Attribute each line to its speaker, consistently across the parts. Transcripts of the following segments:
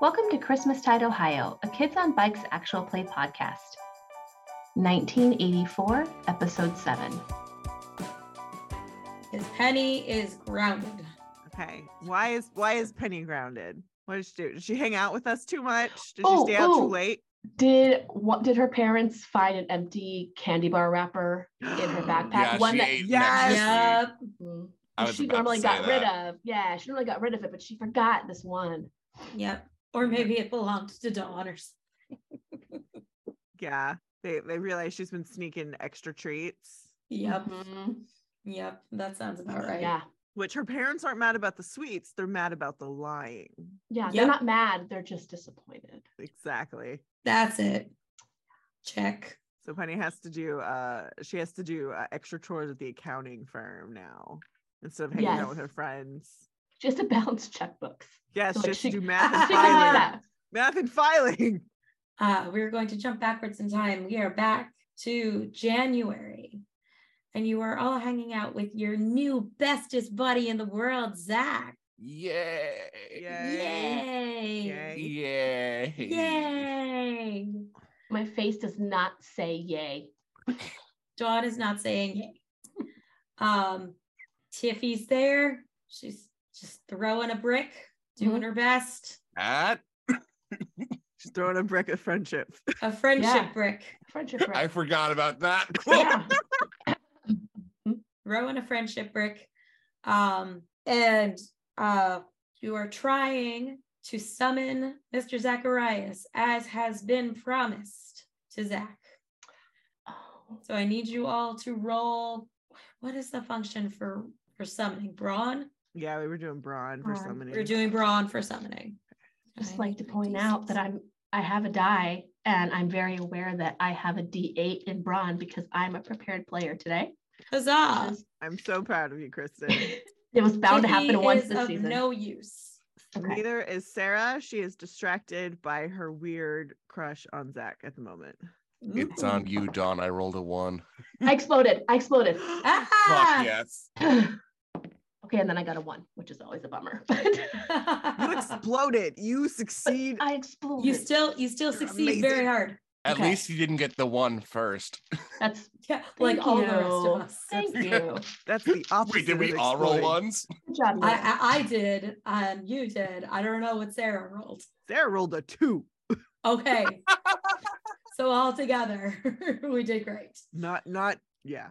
Speaker 1: Welcome to Christmastide, Ohio, a Kids on Bikes actual play podcast. 1984, Episode 7.
Speaker 2: Because Penny is grounded.
Speaker 3: Okay. Why is why is Penny grounded? What did she do? Did she hang out with us too much? Did
Speaker 1: Oh,
Speaker 3: she stay out
Speaker 1: oh.
Speaker 3: too late?
Speaker 1: Did what did her parents find an empty candy bar wrapper in her backpack?
Speaker 4: Yeah,
Speaker 1: One
Speaker 4: she
Speaker 1: that
Speaker 4: ate
Speaker 3: Yes.
Speaker 4: next week.
Speaker 2: Yep.
Speaker 1: Mhm.
Speaker 4: I was
Speaker 1: she
Speaker 4: about to
Speaker 1: normally
Speaker 4: say
Speaker 1: got rid
Speaker 4: that.
Speaker 1: of. Yeah, she normally got rid of it, but she forgot this one.
Speaker 2: Yep. Or maybe it belonged to Dawn or something.
Speaker 3: Yeah. They they realize she's been sneaking extra treats,
Speaker 2: Yep.
Speaker 1: Mhm.
Speaker 2: Yep. That sounds about Mm-hmm. right.
Speaker 1: Yeah.
Speaker 3: which her parents aren't mad about the sweets. They're mad about the lying.
Speaker 1: Yeah. They're
Speaker 2: Yep.
Speaker 1: not mad. They're just disappointed.
Speaker 3: Exactly.
Speaker 2: That's it. Check.
Speaker 3: So Penny has to do uh she has to do uh, extra chores at the accounting firm now instead of hanging out with
Speaker 1: Yes.
Speaker 3: her friends.
Speaker 1: Just to balance checkbooks.
Speaker 3: Yes,
Speaker 1: So, like,
Speaker 3: she has
Speaker 1: she-
Speaker 3: to do math and
Speaker 1: She can do
Speaker 3: filing.
Speaker 1: that.
Speaker 3: Math and filing.
Speaker 2: Uh, we're going to jump backwards in time. We are back to January. And you are all hanging out with your new bestest buddy in the world, Zach.
Speaker 4: Yay.
Speaker 3: Yay.
Speaker 2: Yay.
Speaker 3: Yay.
Speaker 4: Yay.
Speaker 2: Yay.
Speaker 1: My face does not say yay.
Speaker 2: Dawn is not saying yay. Um, Tiffy's there. She's just throwing a brick, doing
Speaker 1: Mm-hmm.
Speaker 2: her best.
Speaker 4: That
Speaker 3: She's throwing a brick of friendship.
Speaker 2: A friendship
Speaker 1: Yeah.
Speaker 2: brick.
Speaker 1: Friendship.
Speaker 4: I
Speaker 1: bracelet.
Speaker 4: forgot about that.
Speaker 1: yeah.
Speaker 2: Throwing a friendship brick. Um, and uh, you are trying to summon Mr. Zacharias as has been promised to Zach.
Speaker 1: Oh.
Speaker 2: So I need you all to roll. What is the function for for summoning? Brawn?
Speaker 3: Yeah, we were doing brawn for
Speaker 1: Brawn.
Speaker 3: summoning.
Speaker 2: We're doing brawn for summoning.
Speaker 1: just like to point out that I'm I have a die and I'm very aware that I have a D8 in brawn because I'm a prepared player today.
Speaker 2: Huzzah!
Speaker 1: Just-
Speaker 3: I'm so proud of you, Kristen.
Speaker 1: it was bound to happen
Speaker 2: Tiffy
Speaker 1: once
Speaker 2: is
Speaker 1: this
Speaker 2: of
Speaker 1: season.
Speaker 2: No use.
Speaker 1: Okay.
Speaker 3: Neither is Sarah. She is distracted by her weird crush on Zach at the moment.
Speaker 4: It's
Speaker 2: Ooh.
Speaker 4: on you, Don. I rolled a one.
Speaker 1: I exploded. I exploded.
Speaker 2: Ah!
Speaker 4: Fuck yes.
Speaker 1: okay, and then I got a one, which is always a bummer. But
Speaker 3: You exploded. You succeed.
Speaker 1: I exploded.
Speaker 2: you still you still
Speaker 3: You're
Speaker 2: succeed very
Speaker 3: amazing.
Speaker 2: hard.
Speaker 4: At
Speaker 2: Okay.
Speaker 4: least you didn't get the one first.
Speaker 1: That's
Speaker 2: Yeah, like all the rest
Speaker 1: you.
Speaker 2: of us.
Speaker 1: thank you.
Speaker 3: That's the opposite.
Speaker 4: Oh, Wait, did
Speaker 3: of
Speaker 4: we all roll
Speaker 3: exploding.
Speaker 4: ones?
Speaker 1: Good job.
Speaker 2: I,
Speaker 1: Nate.
Speaker 2: I I did, and you did. I don't know what Sarah rolled.
Speaker 3: Sarah rolled a two.
Speaker 2: Okay, so all together we did great.
Speaker 3: Not, not, yeah.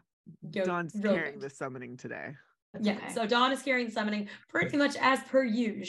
Speaker 2: Go-
Speaker 3: Don's
Speaker 2: real
Speaker 3: carrying
Speaker 2: good.
Speaker 3: the summoning today.
Speaker 1: That's
Speaker 2: Yeah,
Speaker 1: okay.
Speaker 2: so Dawn is carrying summoning pretty much as per usual.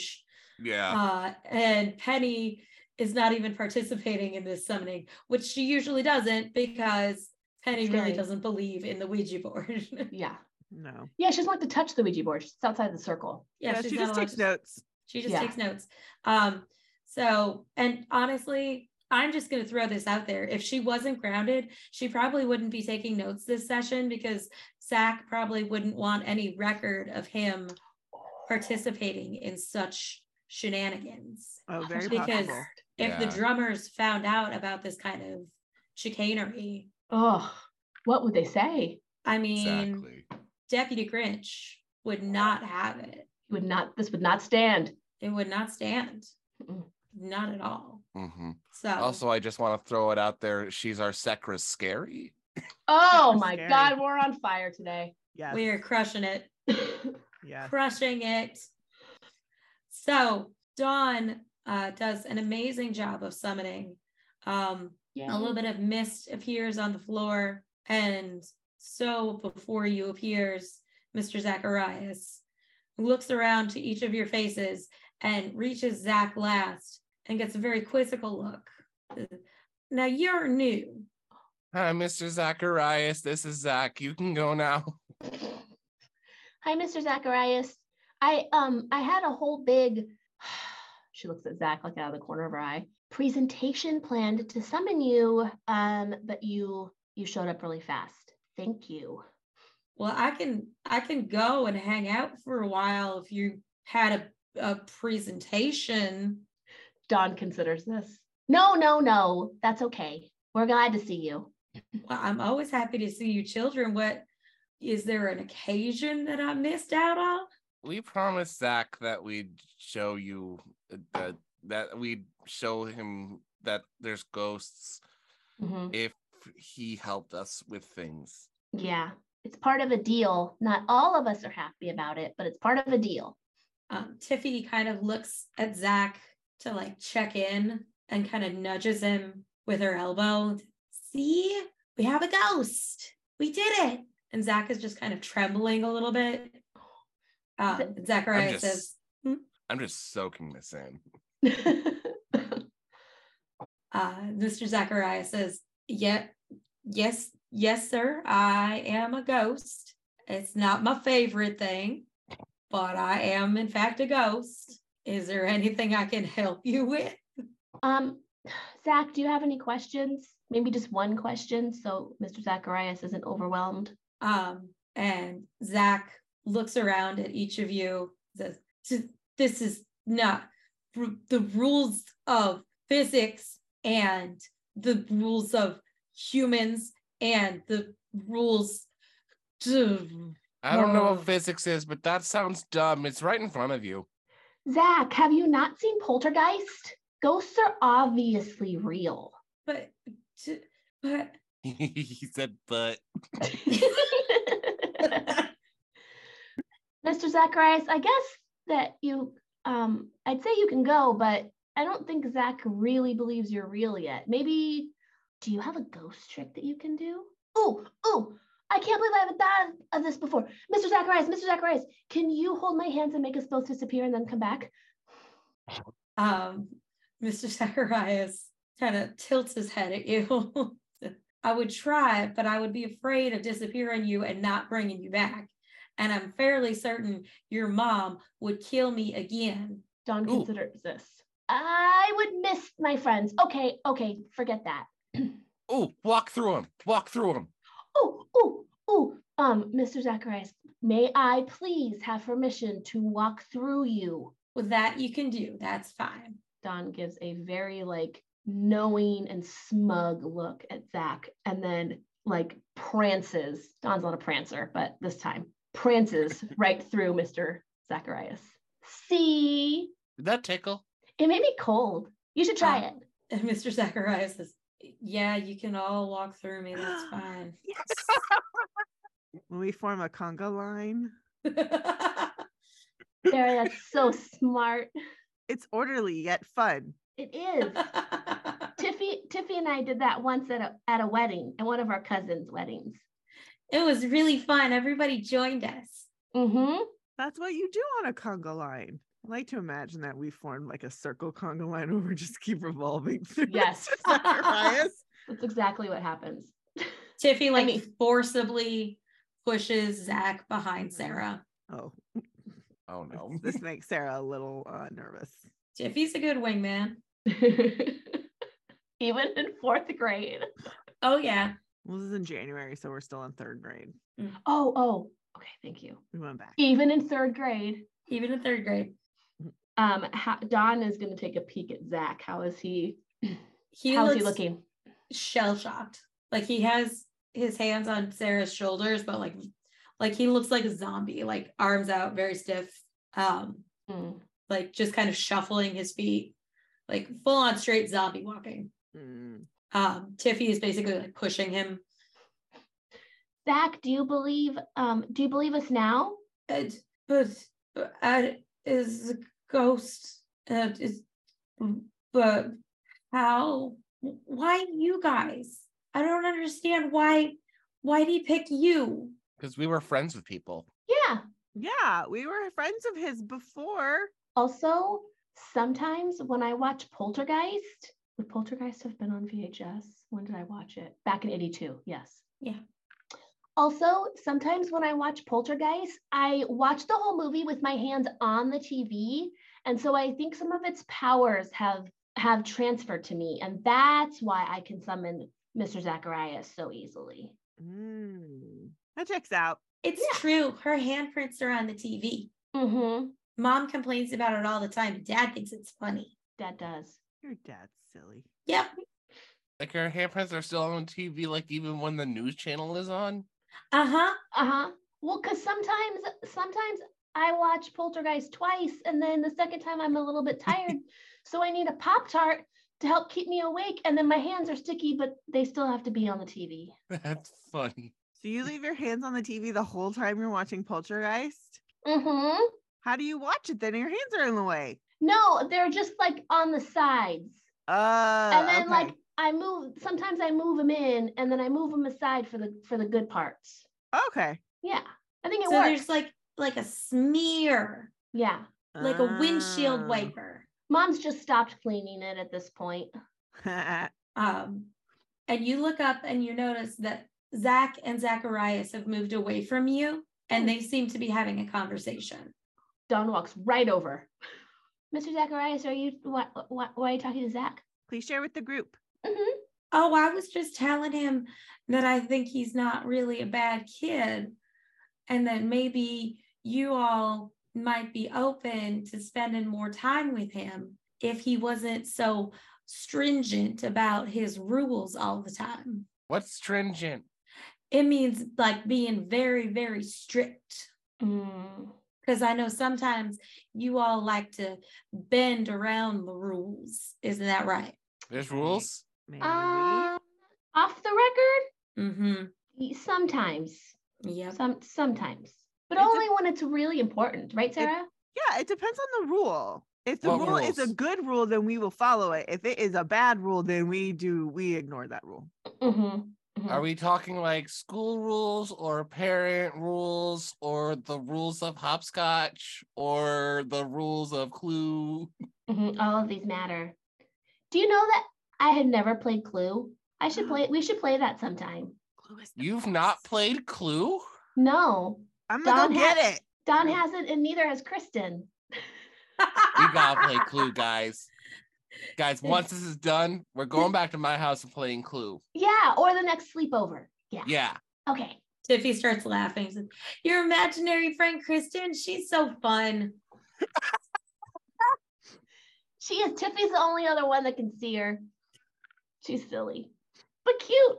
Speaker 4: Yeah.
Speaker 2: uh, and Penny is not even participating in this summoning, which she usually doesn't because Penny really
Speaker 1: Silly.
Speaker 2: doesn't believe in the Ouija board.
Speaker 1: yeah.
Speaker 3: No.
Speaker 1: Yeah, she doesn't like to touch the Ouija board. She's outside the circle.
Speaker 3: Yeah,
Speaker 2: she's
Speaker 3: she
Speaker 2: not
Speaker 3: just
Speaker 2: allowed
Speaker 3: takes
Speaker 2: to-
Speaker 3: notes.
Speaker 2: She just
Speaker 1: Yeah.
Speaker 2: takes notes. Um, so and honestly, I'm just gonna throw this out there. If she wasn't grounded, she probably wouldn't be taking notes this session because Zach probably wouldn't want any record of him participating in such shenanigans.
Speaker 3: Oh, very
Speaker 2: Because-
Speaker 3: possible.
Speaker 2: if the
Speaker 4: Yeah.
Speaker 2: drummers found out about this kind of chicanery,
Speaker 1: Oh, what would they say?
Speaker 2: I mean,
Speaker 4: Exactly.
Speaker 2: Deputy Grinch would not have it.
Speaker 1: Would not this would not stand.
Speaker 2: It would not stand.
Speaker 1: Mm-mm.
Speaker 2: Not at all.
Speaker 4: hmm
Speaker 2: So
Speaker 4: Also, I just want to throw it out there. She's our Secra scary.
Speaker 1: Oh
Speaker 3: That's
Speaker 1: my
Speaker 3: scary.
Speaker 1: God, we're on fire today.
Speaker 3: Yes.
Speaker 2: we are crushing it,
Speaker 3: Yes.
Speaker 2: crushing it. So Dawn uh, does an amazing job of summoning. Um,
Speaker 1: Yeah.
Speaker 2: a little bit of mist appears on the floor and so before you appears mr zacharias looks around to each of your faces and reaches zach last and gets a very quizzical look now you're new
Speaker 4: Hi, Mr. Zacharias. This is Zach. You can go now.
Speaker 1: Hi, Mr. Zacharias. I um I had a whole big she looks at Zach like out of the corner of her eye. Presentation planned to summon you. Um, but you you showed up really fast. Thank you.
Speaker 2: well i can i can go and hang out for a while if you had a, a presentation
Speaker 1: Don considers this. No, no, no. That's okay. We're glad to see you.
Speaker 2: well, i'm always happy to see you children what is there an occasion that i missed out on
Speaker 4: We promised Zach uh, that we'd show you the that we show him that there's ghosts
Speaker 1: Mhm.
Speaker 4: if he helped us with things.
Speaker 1: Yeah. It's part of a deal. Not all of us are happy about it, but it's part of a deal.
Speaker 2: um, Tiffy kind of looks at Zach to like check in and kind of nudges him with her elbow. See, we have a ghost. We did it. And Zach is just kind of trembling a little bit. Um, Zachariah
Speaker 4: I'm just-
Speaker 2: says,
Speaker 4: I'm just soaking this in.
Speaker 2: uh, Mr. Zachariah says, "Yep, yes, yes, sir. I am a ghost. It's not my favorite thing, but I am in fact a ghost. Is there anything I can help you with?"
Speaker 1: um, Zach, do you have any questions? Maybe just one question so Mr. Zacharias isn't overwhelmed.
Speaker 2: Um, and Zach looks around at each of you, says, "Th- This is not r- the rules of physics and the rules of humans and the rules. to-
Speaker 4: I don't know
Speaker 2: Oh.
Speaker 4: what physics is, but that sounds dumb. It's right in front of you.
Speaker 1: Zach, have you not seen Poltergeist? Ghosts are obviously real.
Speaker 2: But, to- but,
Speaker 4: he said, but
Speaker 1: Mr. Zacharias, I guess that you, um, I'd say you can go, but I don't think Zach really believes you're real yet. Maybe, do you have a ghost trick that you can do? Oh, oh, I can't believe I haven't thought of this before. Mr. Zacharias, Mr. Zacharias, can you hold my hands and make us both disappear and then come back?
Speaker 2: um, Mr. Zacharias kind of tilts his head at you. I would try, but I would be afraid of disappearing you and not bringing you back. And I'm fairly certain your mom would kill me again.
Speaker 1: Don
Speaker 4: Ooh.
Speaker 1: considers this. I would miss my friends. Okay, okay, forget that.
Speaker 4: oh, walk through him. Walk through him.
Speaker 1: Oh, oh, oh, um, Mr. Zacharias, may I please have permission to walk through you?
Speaker 2: Well, that you can do. That's fine.
Speaker 1: Don gives a very like knowing and smug look at Zach and then like prances. Don's not a prancer, but this time prances right through Mr. Zacharias. See,
Speaker 4: Did that tickle?
Speaker 1: it may be cold. You should try
Speaker 2: Ah.
Speaker 1: it.
Speaker 2: And Mr. Zacharias says, Yeah, you can all walk through me. That's fine.
Speaker 3: Yes. when we form a conga line,
Speaker 1: Sarah, that's so smart.
Speaker 3: it's orderly yet fun.
Speaker 1: It is. Tiffy, Tiffy and I did that once at a, at a wedding, at one of our cousins' weddings.
Speaker 2: it was really fun. Everybody joined us.
Speaker 1: Mm-hmm.
Speaker 3: That's what you do on a conga line. I like to imagine that we form like a circle conga line where we just keep revolving through.
Speaker 1: Yes.
Speaker 3: Mr. Zacharias.
Speaker 1: That's exactly what happens.
Speaker 2: Tiffy like
Speaker 1: mean-
Speaker 2: forcibly pushes Zach behind Sarah.
Speaker 3: oh,
Speaker 4: Oh no.
Speaker 3: this makes Sarah a little uh, nervous.
Speaker 2: Tiffy's a good wingman.
Speaker 1: Even in fourth grade.
Speaker 2: Oh yeah.
Speaker 3: Well, this is in January, so we're still in third grade.
Speaker 1: Oh, oh, okay, thank you.
Speaker 3: We went back.
Speaker 1: Even in third grade,
Speaker 2: Even in third grade.
Speaker 1: um, how, Don is going to take a peek at Zach. How is he?
Speaker 2: He
Speaker 1: How's
Speaker 2: looks
Speaker 1: he looking?
Speaker 2: shell shocked. Like he has his hands on Sarah's shoulders, but like like he looks like a zombie, like arms out, very stiff. Um,
Speaker 1: Mm.
Speaker 2: like just kind of shuffling his feet, like full on straight zombie walking.
Speaker 3: Mm.
Speaker 2: Um, Tiffy is basically like pushing him.
Speaker 1: Zach, do you believe? Um, do you believe us now?
Speaker 2: It, but but I is a ghost. Uh, is, but how? Why you guys? I don't understand why. Why would he pick you?
Speaker 4: Because we were friends with people.
Speaker 1: Yeah.
Speaker 3: Yeah, we were friends of his before.
Speaker 1: Also, sometimes when I watch Poltergeist, would Poltergeist have been on VHS? When did I watch it? Back in 82, yes.
Speaker 2: Yeah.
Speaker 1: Also, sometimes when I watch Poltergeist, I watch the whole movie with my hands on the TV. And so I think some of its powers have have transferred to me. And that's why I can summon Mr. Zacharias so easily.
Speaker 3: Mm. That checks out.
Speaker 2: It's
Speaker 1: Yeah.
Speaker 2: true. Her handprints are on the TV.
Speaker 1: Mm-hmm.
Speaker 2: Mom complains about it all the time. Dad thinks it's funny.
Speaker 1: That does.
Speaker 3: Your dad's silly.
Speaker 2: Yep.
Speaker 4: Like our handprints are still on TV, like even when the news channel is on.
Speaker 2: Uh huh.
Speaker 1: Uh-huh. Well, because sometimes sometimes I watch Poltergeist twice, and then the second time I'm a little bit tired. So I need a Pop Tart to help keep me awake. And then my hands are sticky, but they still have to be on the TV.
Speaker 4: That's funny.
Speaker 3: So you leave your hands on the TV the whole time you're watching Poltergeist?
Speaker 1: Mm-hmm.
Speaker 3: How do you watch it then? Your hands are in the way.
Speaker 1: No, they're just like on the sides.
Speaker 3: Uh,
Speaker 1: and then
Speaker 3: okay.
Speaker 1: like I move sometimes I move them in and then I move them aside for the for the good parts.
Speaker 3: okay.
Speaker 1: Yeah. I think it
Speaker 2: so
Speaker 1: works.
Speaker 2: there's like like a smear,
Speaker 1: yeah.
Speaker 2: like a windshield
Speaker 1: Ah.
Speaker 3: Oh.
Speaker 2: wiper.
Speaker 1: Mom's just stopped cleaning it at this point.
Speaker 2: Um, and you look up and you notice that Zach and Zacharias have moved away from you and they seem to be having a conversation.
Speaker 1: Don walks right over. Mr. Zacharias, are you why, why, why are you talking to Zach?
Speaker 3: Please share with the group.
Speaker 1: Mhm.
Speaker 2: Oh, I was just telling him that I think he's not really a bad kid and that maybe you all might be open to spending more time with him if he wasn't so stringent about his rules all the time.
Speaker 4: What's stringent?
Speaker 2: It means like being very, very strict.
Speaker 1: Mm.
Speaker 2: Because I know sometimes you all like to bend around the rules. Isn't that right?
Speaker 4: There's rules.
Speaker 3: Maybe.
Speaker 2: Ah.
Speaker 1: Um, off the record,
Speaker 2: Mm-hmm.
Speaker 1: y- sometimes,
Speaker 2: Yep.
Speaker 1: some sometimes, but
Speaker 3: It dep-
Speaker 1: only when it's really important, right, Sarah?
Speaker 3: yeah, it depends on the rule. If the
Speaker 4: What
Speaker 3: rule is a
Speaker 4: rules?
Speaker 3: good rule, then we will follow it. If it is a bad rule, then we do we ignore that rule.
Speaker 1: Mm-hmm.
Speaker 4: Are we talking like school rules or parent rules or the rules of hopscotch or the rules of clue?
Speaker 1: Mhm, All of these matter. Do you know that I had never played Clue? I should play. We should play that sometime.
Speaker 3: Clue is the
Speaker 4: You've
Speaker 3: best.
Speaker 4: not played clue?
Speaker 1: No,
Speaker 3: I'm gonna go
Speaker 1: Don
Speaker 3: get
Speaker 1: has-
Speaker 3: it.
Speaker 1: Don hasn't, and neither has Kristen.
Speaker 4: We gotta play clue, guys. Guys, once this is done, we're going back to my house and playing clue.
Speaker 1: Yeah, or the next sleepover. Yeah.
Speaker 4: Yeah.
Speaker 1: Okay.
Speaker 2: Tiffy starts laughing. Says, Your imaginary friend Kristen, she's so fun.
Speaker 1: She is Tiffy's the only other one that can see her. She's silly, but cute.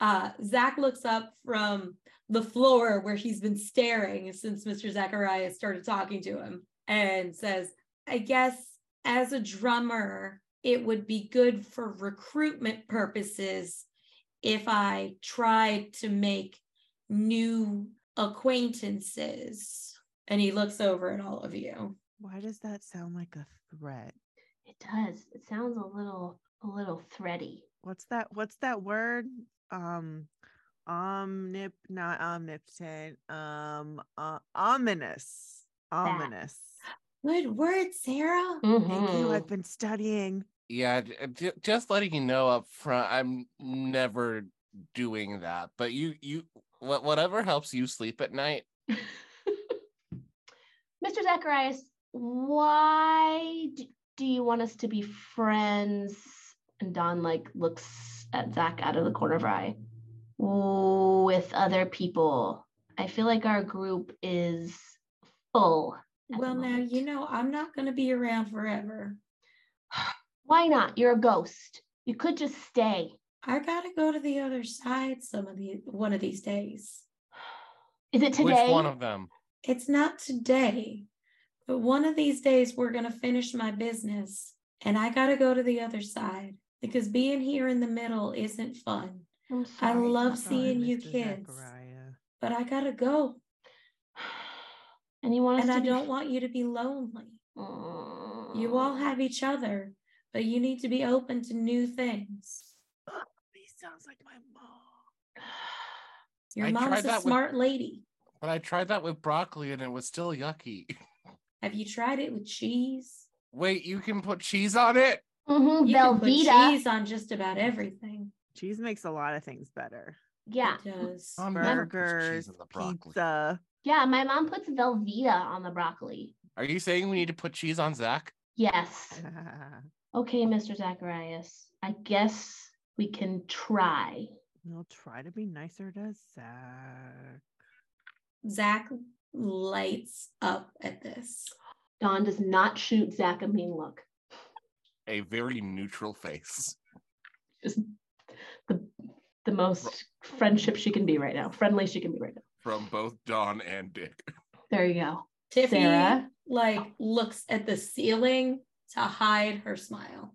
Speaker 2: Uh, Zach looks up from the floor where he's been staring since Mr. Zacharias started talking to him and says, I guess as a drummer, it would be good for recruitment purposes if I tried to make new acquaintances. And he looks over at all of you.
Speaker 3: Why does that sound like a threat?
Speaker 1: It does. It sounds a little, a little thready.
Speaker 3: What's that? What's that word? Um, omnip, not omnipotent. Um, uh, ominous. Ominous.
Speaker 2: Good word, Sarah.
Speaker 3: Thank you.
Speaker 1: Mhm.
Speaker 3: I've been studying.
Speaker 4: Yeah, j- uh, ju- just letting you know up front, I'm never doing that. But you, you, wha- whatever helps you sleep at night.
Speaker 1: Mr. Zacharias, why d- do you want us to be friends? And Don like looks at Zach out of the corner of her eye. With other people. I feel like our group is full. at the
Speaker 2: Well, now
Speaker 1: moment.
Speaker 2: you know I'm not going to be around forever.
Speaker 1: Why not? You're a ghost. You could just stay.
Speaker 2: I got to go to the other side some of the one of these days.
Speaker 1: Is it today?
Speaker 4: Which one of them?
Speaker 2: It's not today, but one of these days we're going to finish my business and I got to go to the other side because being here in the middle isn't fun.
Speaker 1: I'm
Speaker 2: I
Speaker 1: sorry.
Speaker 2: love
Speaker 3: Sorry,
Speaker 2: seeing you
Speaker 3: Mr.
Speaker 2: kids,
Speaker 3: Zachariah.
Speaker 2: but I got to go
Speaker 1: And you want us
Speaker 2: and
Speaker 1: to
Speaker 2: I
Speaker 1: be
Speaker 2: don't want you to be lonely.
Speaker 1: want
Speaker 2: You all have each other, but you need to be open to new things.
Speaker 3: He sounds like my mom.
Speaker 2: Your
Speaker 4: I tried
Speaker 2: mom's
Speaker 4: that
Speaker 2: a
Speaker 4: with-
Speaker 2: smart lady.
Speaker 4: But I tried that with broccoli and it was still yucky.
Speaker 2: Have you tried it with cheese?
Speaker 4: Wait, you can put cheese on it?
Speaker 1: hmm
Speaker 2: You can put
Speaker 1: Velveeta.
Speaker 2: cheese on just about everything.
Speaker 3: Cheese makes a lot of things better.
Speaker 1: Yeah.
Speaker 2: It does.
Speaker 4: Um, never puts cheese
Speaker 3: Burgers,
Speaker 4: on the broccoli.
Speaker 3: pizza.
Speaker 1: Yeah. My mom puts Velveeta on the broccoli.
Speaker 4: Are you saying we need to put cheese on Zach?
Speaker 1: Yes. Okay, Mr. Zacharias. I guess we can try.
Speaker 3: we'll try to be nicer to Zach.
Speaker 2: Zach lights up at this.
Speaker 1: Don does not shoot Zach a mean look.
Speaker 4: A very neutral face.
Speaker 1: Just the the most friendship she can be right now. Friendly she can be right now.
Speaker 4: From both Don and Dick.
Speaker 1: There you go.
Speaker 2: Tiffy
Speaker 1: Sarah?
Speaker 2: like looks at the ceiling to hide her smile.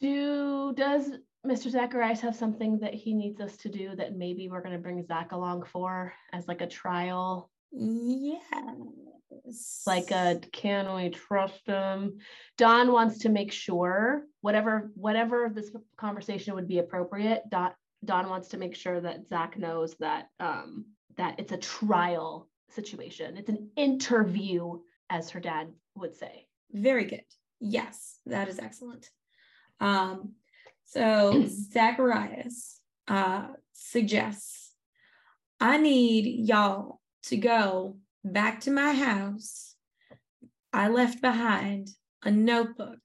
Speaker 1: Do does Mr. Zacharias have something that he needs us to do that maybe we're going to bring Zach along for as like a trial?
Speaker 2: Yes.
Speaker 1: Like a can we trust him? Don wants to make sure whatever whatever this conversation would be appropriate. Don Don wants to make sure that Zach knows that um that it's a trial situation. It's an interview, as her dad would say.
Speaker 2: Very good. Yes, that is excellent. Um, so Zacharias uh, suggests I need y'all to go back to my house. I left behind a notebook.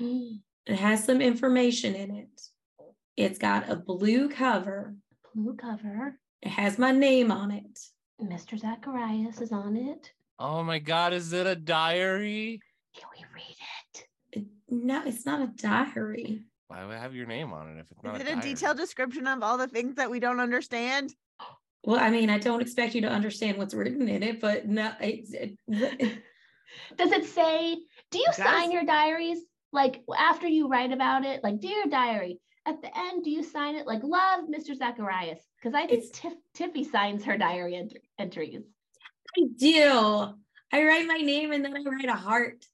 Speaker 2: It has some information in it. It's got a blue cover.
Speaker 1: Blue cover.
Speaker 2: It has my name on it.
Speaker 1: Mr. Zacharias is on it.
Speaker 4: Oh my god, is it a diary?
Speaker 1: Can we read it?
Speaker 2: No, it's not a diary.
Speaker 4: Why would it have your name on it if it's not
Speaker 3: Is
Speaker 4: a
Speaker 3: it a
Speaker 4: diary?
Speaker 3: detailed description of all the things that we don't understand?
Speaker 2: Well, I mean, I don't expect you to understand what's written in it, but no, it's it,
Speaker 1: Does it say, do you
Speaker 3: It does.
Speaker 1: sign your diaries? Like after you write about it, like dear diary, at the end, do you sign it like love Mr. Zacharias? Because I think
Speaker 2: It's-
Speaker 1: Tiff, Tiffy signs her diary ent- entries.
Speaker 2: I do. I write my name and then I write a heart.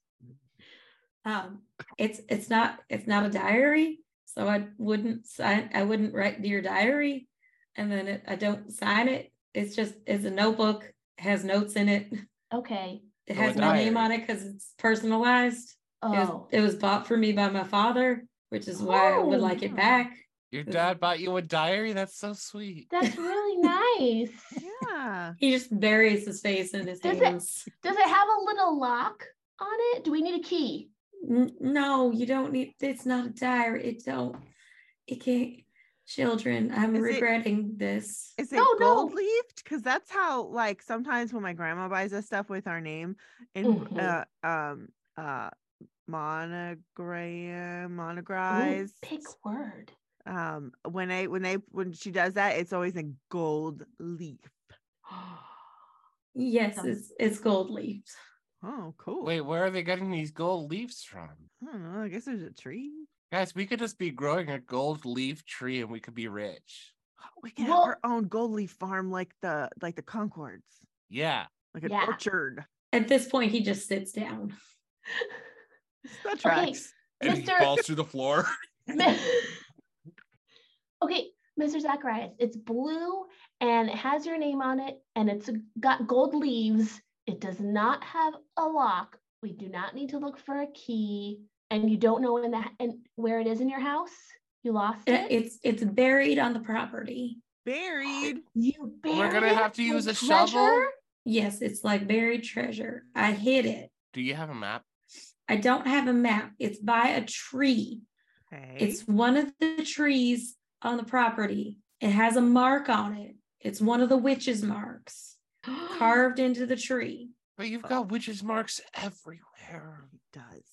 Speaker 2: Um, it's it's not it's not a diary, so I wouldn't sign. I wouldn't write dear diary, and then it, I don't sign it. It's just it's a notebook has notes in it.
Speaker 1: Okay.
Speaker 2: It
Speaker 4: So a
Speaker 2: has my name on
Speaker 4: diary.
Speaker 2: it because it's personalized. It, was,
Speaker 1: Oh,
Speaker 2: it was bought for me by my father, which is why I would
Speaker 1: Oh,
Speaker 2: like it
Speaker 3: wow.
Speaker 2: back.
Speaker 4: Your dad bought you a diary? That's so sweet.
Speaker 1: that's really nice.
Speaker 3: Yeah.
Speaker 2: He just buries his face in his
Speaker 1: Does it-
Speaker 2: hands.
Speaker 1: Does it have a little lock on it? Do we need a key?
Speaker 2: N- no, you don't need. It's not a diary. It don't. It can't. Children, I'm
Speaker 3: Is it-
Speaker 2: regretting this.
Speaker 3: Is it
Speaker 1: No, no.
Speaker 3: gold leafed? Because that's how like sometimes when my grandma buys us stuff with our name and
Speaker 1: Mhm.
Speaker 3: uh um uh monogram
Speaker 1: Ooh,
Speaker 3: monogrized
Speaker 1: pick word.
Speaker 3: um when i when they when she does that it's always a gold leaf
Speaker 2: Yes,
Speaker 1: Um,
Speaker 2: it's it's gold leaf.
Speaker 3: oh cool
Speaker 4: Wait, where are they getting these gold leaves from?
Speaker 3: i don't know i guess there's a tree
Speaker 4: Guys, we could just be growing a gold leaf tree and we could be rich.
Speaker 3: Oh, we can have
Speaker 1: Well-
Speaker 3: our own gold leaf farm like the like the concords
Speaker 4: Yeah.
Speaker 3: like an
Speaker 1: Yeah.
Speaker 3: orchard
Speaker 2: At this point, he just sits down.
Speaker 3: that tracks
Speaker 1: And he Mister- falls
Speaker 4: through the floor.
Speaker 1: okay, Mr. Zacharias, it's blue and it has your name on it and it's got gold leaves. It does not have a lock. We do not need to look for a key. And you don't know in that and where it is in your house. You lost
Speaker 2: Uh,
Speaker 1: it.
Speaker 2: It's it's buried on the property.
Speaker 3: buried
Speaker 1: You
Speaker 4: We're
Speaker 1: buried
Speaker 4: gonna
Speaker 1: it
Speaker 4: have to use a
Speaker 1: with
Speaker 4: shovel.
Speaker 1: treasure?
Speaker 2: Yes, it's like buried treasure. I hid it.
Speaker 4: Do you have a map?
Speaker 2: I don't have a map. It's by a tree.
Speaker 3: okay
Speaker 2: It's one of the trees on the property. It has a mark on it. It's one of the witch's marks carved into the tree.
Speaker 4: But you've got witches marks everywhere.
Speaker 3: it does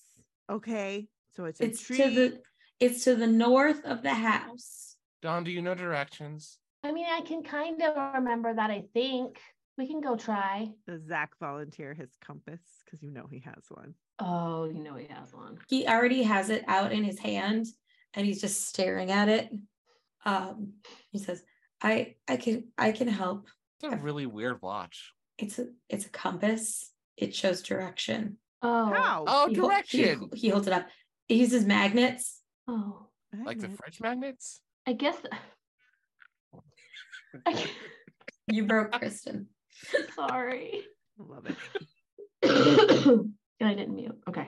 Speaker 3: okay so it's a
Speaker 2: It's
Speaker 3: tree
Speaker 2: to the it's to the north of the house.
Speaker 4: Don, do you know directions?
Speaker 1: I mean, I can kind of remember that, I think. We can go try.
Speaker 3: Does Zach volunteer his compass? Because you know he has one.
Speaker 1: Oh, you know he has one.
Speaker 2: He already has it out in his hand and he's just staring at it. Um, he says, "I I can I can help.
Speaker 4: It's a really weird watch.
Speaker 2: It's a it's a compass. It shows direction.
Speaker 1: Oh.
Speaker 3: How?
Speaker 4: Oh,
Speaker 2: He hol- he-
Speaker 4: direction!
Speaker 2: He, holds it up. He uses magnets.
Speaker 1: Oh.
Speaker 3: I
Speaker 4: Like the
Speaker 3: admit.
Speaker 4: French magnets?
Speaker 1: I guess. I-
Speaker 2: You broke
Speaker 3: Uh,
Speaker 2: Kristen.
Speaker 1: Sorry.
Speaker 3: I love it.
Speaker 1: and I didn't mute. Okay.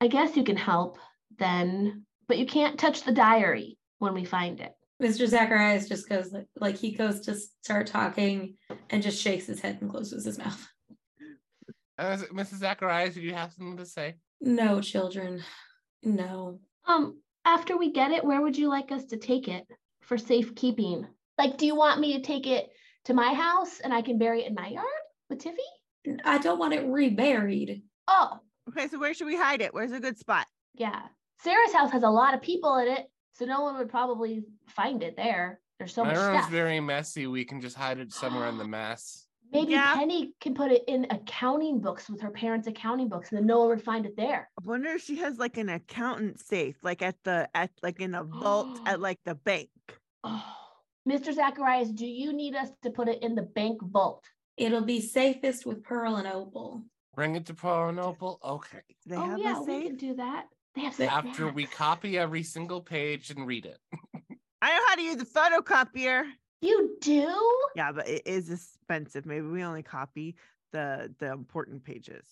Speaker 1: I guess you can help then, but you can't touch the diary when we find it.
Speaker 2: Mr. Zacharias just goes like, like he goes to start talking and just shakes his head and closes his mouth.
Speaker 4: Uh, Mrs. Zacharias, do you have something to say?
Speaker 2: No, children. No.
Speaker 1: Um, after we get it, where would you like us to take it for safekeeping? Like, do you want me to take it to my house and I can bury it in my yard with Tiffy?
Speaker 2: I don't want it reburied.
Speaker 1: Oh,
Speaker 3: Okay, so where should we hide it? Where's a good spot?
Speaker 1: yeah. Sarah's house has a lot of people in it, so no one would probably find it there. There's so
Speaker 4: My
Speaker 1: much
Speaker 4: room's
Speaker 1: stuff.
Speaker 4: very messy. We can just hide it somewhere in the mess.
Speaker 1: Maybe
Speaker 3: Yeah.
Speaker 1: Penny can put it in accounting books with her parents' accounting books, and then no one would find it there.
Speaker 3: I wonder if she has like an accountant safe, like at the at like in a vault at like the bank.
Speaker 1: Oh, Mr. Zacharias, do you need us to put it in the bank vault?
Speaker 2: It'll be safest with Pearl and Opal.
Speaker 4: Bring it to Pearl and Opal. Okay.
Speaker 3: Do they
Speaker 1: oh
Speaker 3: have
Speaker 1: yeah,
Speaker 3: a
Speaker 1: we
Speaker 3: safe?
Speaker 1: can do that. They have
Speaker 4: After we
Speaker 1: snacks.
Speaker 4: copy every single page and read it.
Speaker 3: I know how to use a photocopier.
Speaker 1: You do?
Speaker 3: Yeah, but it is expensive. Maybe we only copy the the important pages.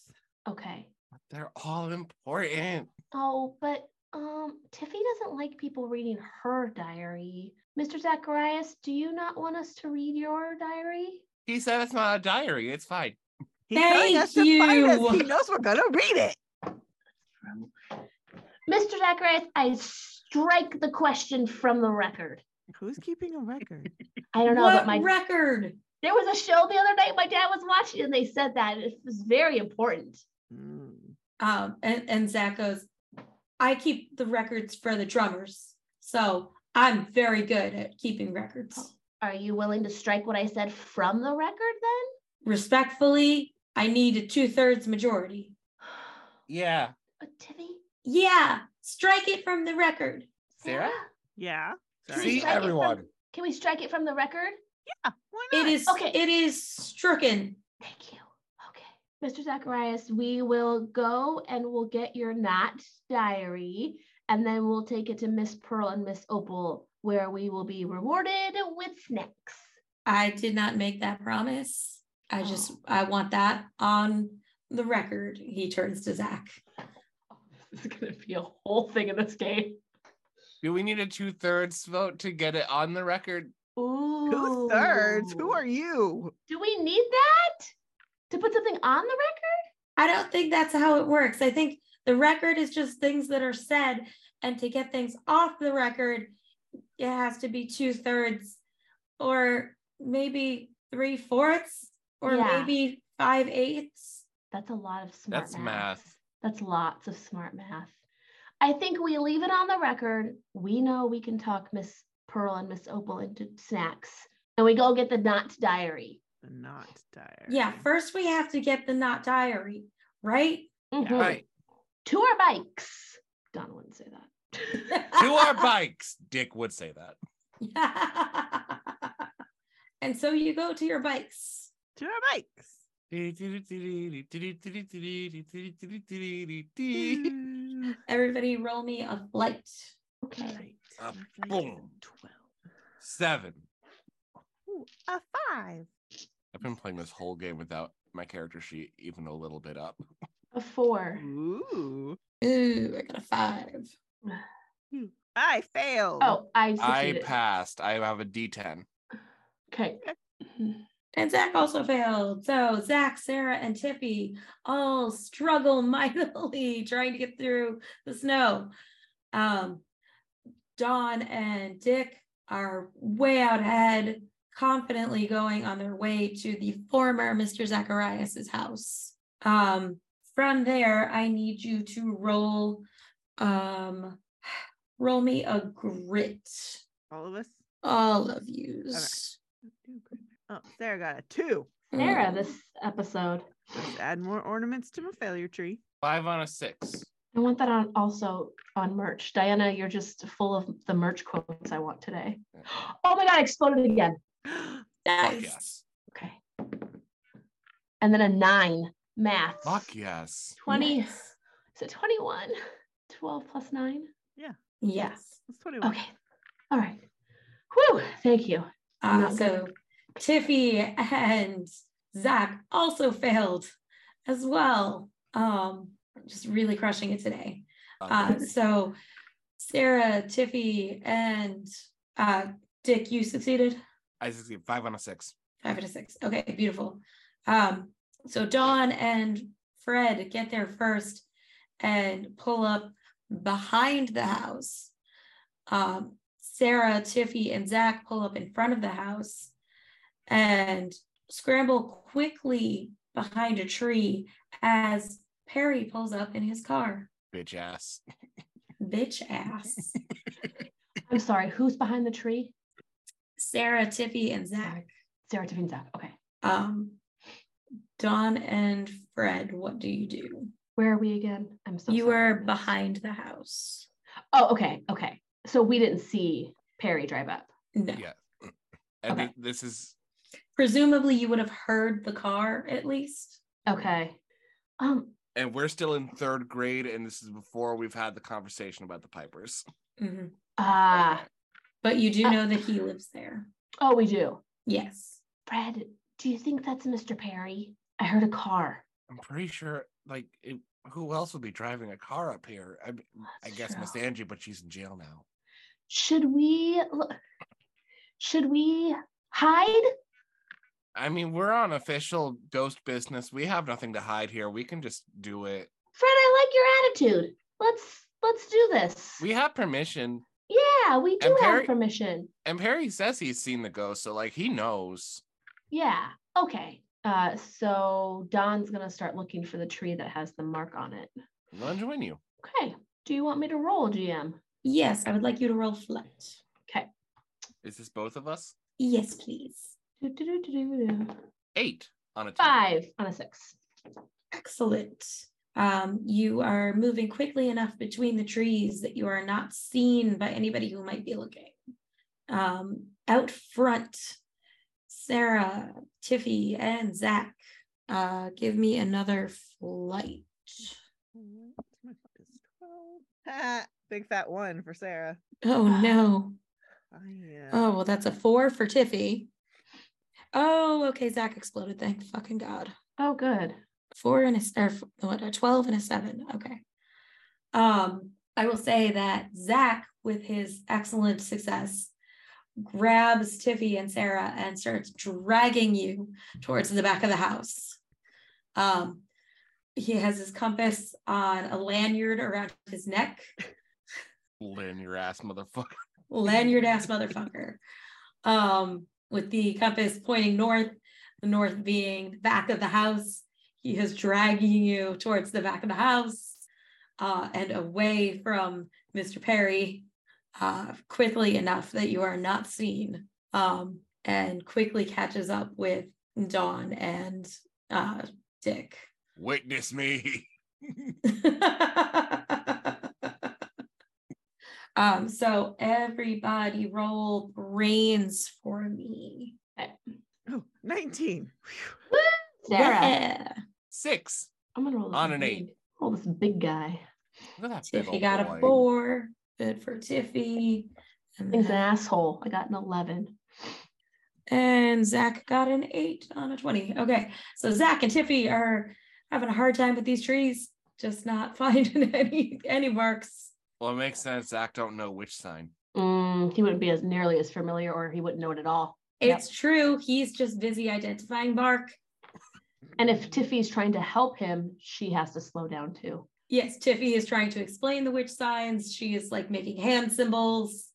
Speaker 1: Okay.
Speaker 4: They're all important.
Speaker 1: Oh, but um, Tiffy doesn't like people reading her diary. Mr. Zacharias, do you not want us to read your diary?
Speaker 4: He said it's not a diary. It's fine.
Speaker 3: He's telling
Speaker 2: Thank
Speaker 3: us to find us. He
Speaker 2: you.
Speaker 3: knows we're gonna read it.
Speaker 1: Mr. Zacharias, I strike the question from the record.
Speaker 3: Who's keeping a record?
Speaker 1: I don't know,
Speaker 2: what
Speaker 1: but my
Speaker 2: record?
Speaker 1: there was a show the other night my dad was watching, and they said that it was very important.
Speaker 3: Mm.
Speaker 2: Um, and, and Zach goes, I keep the records for the drummers. So I'm very good at keeping records.
Speaker 1: Are you willing to strike what I said from the record then?
Speaker 2: Respectfully, I need a two thirds majority.
Speaker 4: Yeah.
Speaker 1: But Tiffy,
Speaker 2: Yeah, strike it from the record.
Speaker 4: Sarah?
Speaker 3: Yeah.
Speaker 1: Can we
Speaker 4: See
Speaker 1: strike it from-
Speaker 4: everyone.
Speaker 1: Can we strike it from the record?
Speaker 3: Why
Speaker 2: It
Speaker 3: not?
Speaker 2: is
Speaker 1: Okay.
Speaker 2: it is stricken.
Speaker 1: Thank you. Okay. Mr. Zacharias, we will go and we'll get your not diary, and then we'll take it to Miss Pearl and Miss Opal, where we will be rewarded with snacks.
Speaker 2: I did not make that promise. I just
Speaker 1: Oh.
Speaker 2: I want that on the record. He turns to Zach.
Speaker 1: This is going to be a whole thing in this game.
Speaker 4: Do we need a two thirds vote to get it on the record?
Speaker 1: Ooh.
Speaker 3: Two thirds. Who are you?
Speaker 1: Do we need that to put something on the record?
Speaker 2: I don't think that's how it works. I think the record is just things that are said, and to get things off the record, it has to be two thirds, or maybe three fourths, or
Speaker 1: Yeah.
Speaker 2: maybe five eighths.
Speaker 1: That's a lot of smart
Speaker 4: That's math.
Speaker 1: That's lots of smart math. I think we leave it on the record. We know we can talk Miss Pearl and Miss Opal into snacks. And we go get the not diary.
Speaker 3: The Not dire.
Speaker 2: Yeah, first we have to get the not diary, right?
Speaker 1: Mhm.
Speaker 4: Right.
Speaker 1: To our bikes. Donna wouldn't say that.
Speaker 4: to our bikes. Dick would say that.
Speaker 2: and so you go to your bikes.
Speaker 3: To our bikes.
Speaker 4: Boom.
Speaker 2: Everybody roll me a flight.
Speaker 1: okay.
Speaker 4: Uh,
Speaker 3: Twelve.
Speaker 4: boom. Seven.
Speaker 3: A five.
Speaker 4: I've been playing this whole game without my character sheet even a little bit up.
Speaker 1: A four.
Speaker 3: Ooh.
Speaker 2: Ooh, I got a five.
Speaker 3: I failed.
Speaker 1: Oh, I
Speaker 4: I
Speaker 1: succeeded.
Speaker 4: passed. I have a D10.
Speaker 1: Okay.
Speaker 2: And Zach also failed. So Zach, Sarah, and Tiffy all struggle mightily trying to get through the snow. Um, Dawn and Dick are way out ahead, confidently going on their way to the former Mr. Zacharias's house. Um, from there, I need you to roll um roll me a grit.
Speaker 3: All of us.
Speaker 2: All of yous.
Speaker 3: Oh, Sarah got a two.
Speaker 1: Sarah, this episode.
Speaker 3: Let's add more ornaments to my failure tree.
Speaker 4: Five on a six.
Speaker 1: I want that on also on merch. Diana, you're just full of the merch quotes I want today. Oh my god, I exploded again.
Speaker 4: Fuck
Speaker 2: Nice.
Speaker 4: yes.
Speaker 1: Okay. And then a nine math.
Speaker 4: Fuck yes.
Speaker 1: 20.
Speaker 2: Nice.
Speaker 1: So 21. 12 plus nine.
Speaker 2: Yes.
Speaker 3: That's 21.
Speaker 1: Okay. All right. Whew. Thank you. I'm
Speaker 2: Uh,
Speaker 1: not
Speaker 2: so Tiffy and Zach also failed as well. Um, just really crushing it today. Uh, so Sarah, Tiffy, and uh, Dick, you succeeded.
Speaker 4: I succeed. Five on a six.
Speaker 2: Five out of six. Okay, beautiful. Um, so Dawn and Fred get there first and pull up behind the house. Um, Sarah, Tiffy, and Zach pull up in front of the house and scramble quickly behind a tree as Perry pulls up in his car.
Speaker 4: Bitch ass.
Speaker 2: Bitch ass.
Speaker 1: I'm sorry. Who's behind the tree?
Speaker 2: Sarah, Tiffy, and Zach.
Speaker 1: Sarah Tiffin Zach. Okay.
Speaker 2: Um, Dawn and Fred, what do you do?
Speaker 1: Where are we again? I'm so
Speaker 2: You
Speaker 1: sorry.
Speaker 2: are behind the house.
Speaker 1: Oh, okay, okay. So we didn't see Perry drive up.
Speaker 2: No.
Speaker 4: Yeah. And
Speaker 1: Okay.
Speaker 4: thi- this is
Speaker 2: Presumably you would have heard the car at least.
Speaker 1: Okay. Um,
Speaker 4: and we're still in third grade, and this is before we've had the conversation about the Pipers.
Speaker 2: Mhm.
Speaker 1: ah,
Speaker 4: Okay.
Speaker 2: But you do
Speaker 1: Uh,
Speaker 2: know that he lives there.
Speaker 1: oh, we do.
Speaker 2: Yes.
Speaker 1: Fred, do you think that's Mr. Perry? I heard a car.
Speaker 4: I'm pretty sure, like, it, who else would be driving a car up here? I, I
Speaker 1: That's
Speaker 4: guess
Speaker 1: true.
Speaker 4: Miss Angie, but she's in jail now.
Speaker 1: Should we look? Should we hide?
Speaker 4: I mean, we're on official ghost business. We have nothing to hide here. We can just do it.
Speaker 1: Fred, I like your attitude. Let's let's do this.
Speaker 4: We have permission.
Speaker 1: yeah, we do have
Speaker 4: Perry-
Speaker 1: permission.
Speaker 4: And Perry says he's seen the ghost, so like he knows.
Speaker 1: Yeah. Okay. Uh, so Don's gonna start looking for the tree that has the mark on it.
Speaker 4: I'm gonna join you.
Speaker 1: Okay. Do you want me to roll, GM?
Speaker 2: Yes, I would like you to roll flight.
Speaker 1: Okay.
Speaker 4: Is this both of us?
Speaker 2: Yes, please.
Speaker 4: Eight on a ten.
Speaker 1: Five on a six.
Speaker 2: Excellent. Um, you are moving quickly enough between the trees that you are not seen by anybody who might be looking. Um, out front, Sarah, Tiffy, and Zach, uh, give me another flight.
Speaker 3: Ha, Big fat one for Sarah.
Speaker 2: Oh no.
Speaker 3: I am.
Speaker 2: Oh, well, that's a four for Tiffy. Oh, okay. Zach exploded. Thank fucking God.
Speaker 1: Oh, good.
Speaker 2: four and a s- or f- what a 12 and a 7 okay um i will say that zach with his excellent success grabs tiffy and sarah and starts dragging you towards the back of the house um he has his compass on a lanyard around his neck
Speaker 4: Lynn, your ass motherfucker.
Speaker 2: lanyard ass motherfucker um with the compass pointing north the north being the back of the house he is dragging you towards the back of the house uh, and away from mr perry uh, quickly enough that you are not seen um, and quickly catches up with dawn and uh, dick
Speaker 4: Witness me.
Speaker 2: um, so everybody roll brains for me.
Speaker 3: Oh, 19. Phew.
Speaker 1: Sarah,
Speaker 2: Yeah.
Speaker 4: Six.
Speaker 1: I'm gonna roll this
Speaker 4: On an
Speaker 1: big-
Speaker 4: eight.
Speaker 1: Roll this big guy.
Speaker 4: Look at that big
Speaker 2: Tiffy
Speaker 4: old
Speaker 2: got
Speaker 4: Oh, boy.
Speaker 2: a four. Good for Tiffy. And,
Speaker 1: He's an
Speaker 2: then-
Speaker 1: asshole. I got an eleven.
Speaker 2: and Zach got an eight on a 20. Okay. So Zach and Tiffy are having a hard time with these trees, just not finding any any marks.
Speaker 4: Well, it makes sense. Zach don't know which sign.
Speaker 1: Mm, he wouldn't be as nearly as familiar, or he wouldn't know it at all. Yep.
Speaker 2: It's true. He's just busy identifying bark.
Speaker 1: And if Tiffy's trying to help him, she has to slow down too.
Speaker 2: Yes, Tiffy is trying to explain the witch signs. She is like making hand symbols.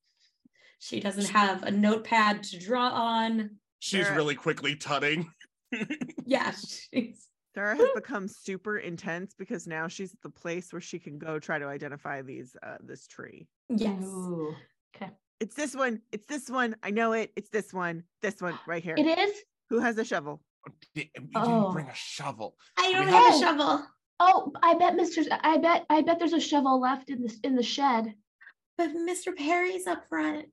Speaker 2: She doesn't have a notepad to draw on.
Speaker 4: She's
Speaker 3: Sarah-
Speaker 4: really quickly tutting.
Speaker 2: Yeah, she's
Speaker 3: Sarah has become super intense because now she's at the place where she can go try to identify these uh this tree.
Speaker 2: yes.
Speaker 1: Ooh. Okay.
Speaker 3: It's this one. It's this one. I know it. It's this one. This one right here.
Speaker 1: It is.
Speaker 3: Who has a shovel?
Speaker 4: You didn't
Speaker 1: Oh.
Speaker 4: bring a shovel.
Speaker 2: I
Speaker 4: don't
Speaker 2: don't
Speaker 4: We
Speaker 2: have
Speaker 1: have
Speaker 2: a
Speaker 1: a
Speaker 2: shovel.
Speaker 1: Oh, I bet Mr. I bet I bet there's a shovel left in this in the shed.
Speaker 2: But Mr. Perry's up front.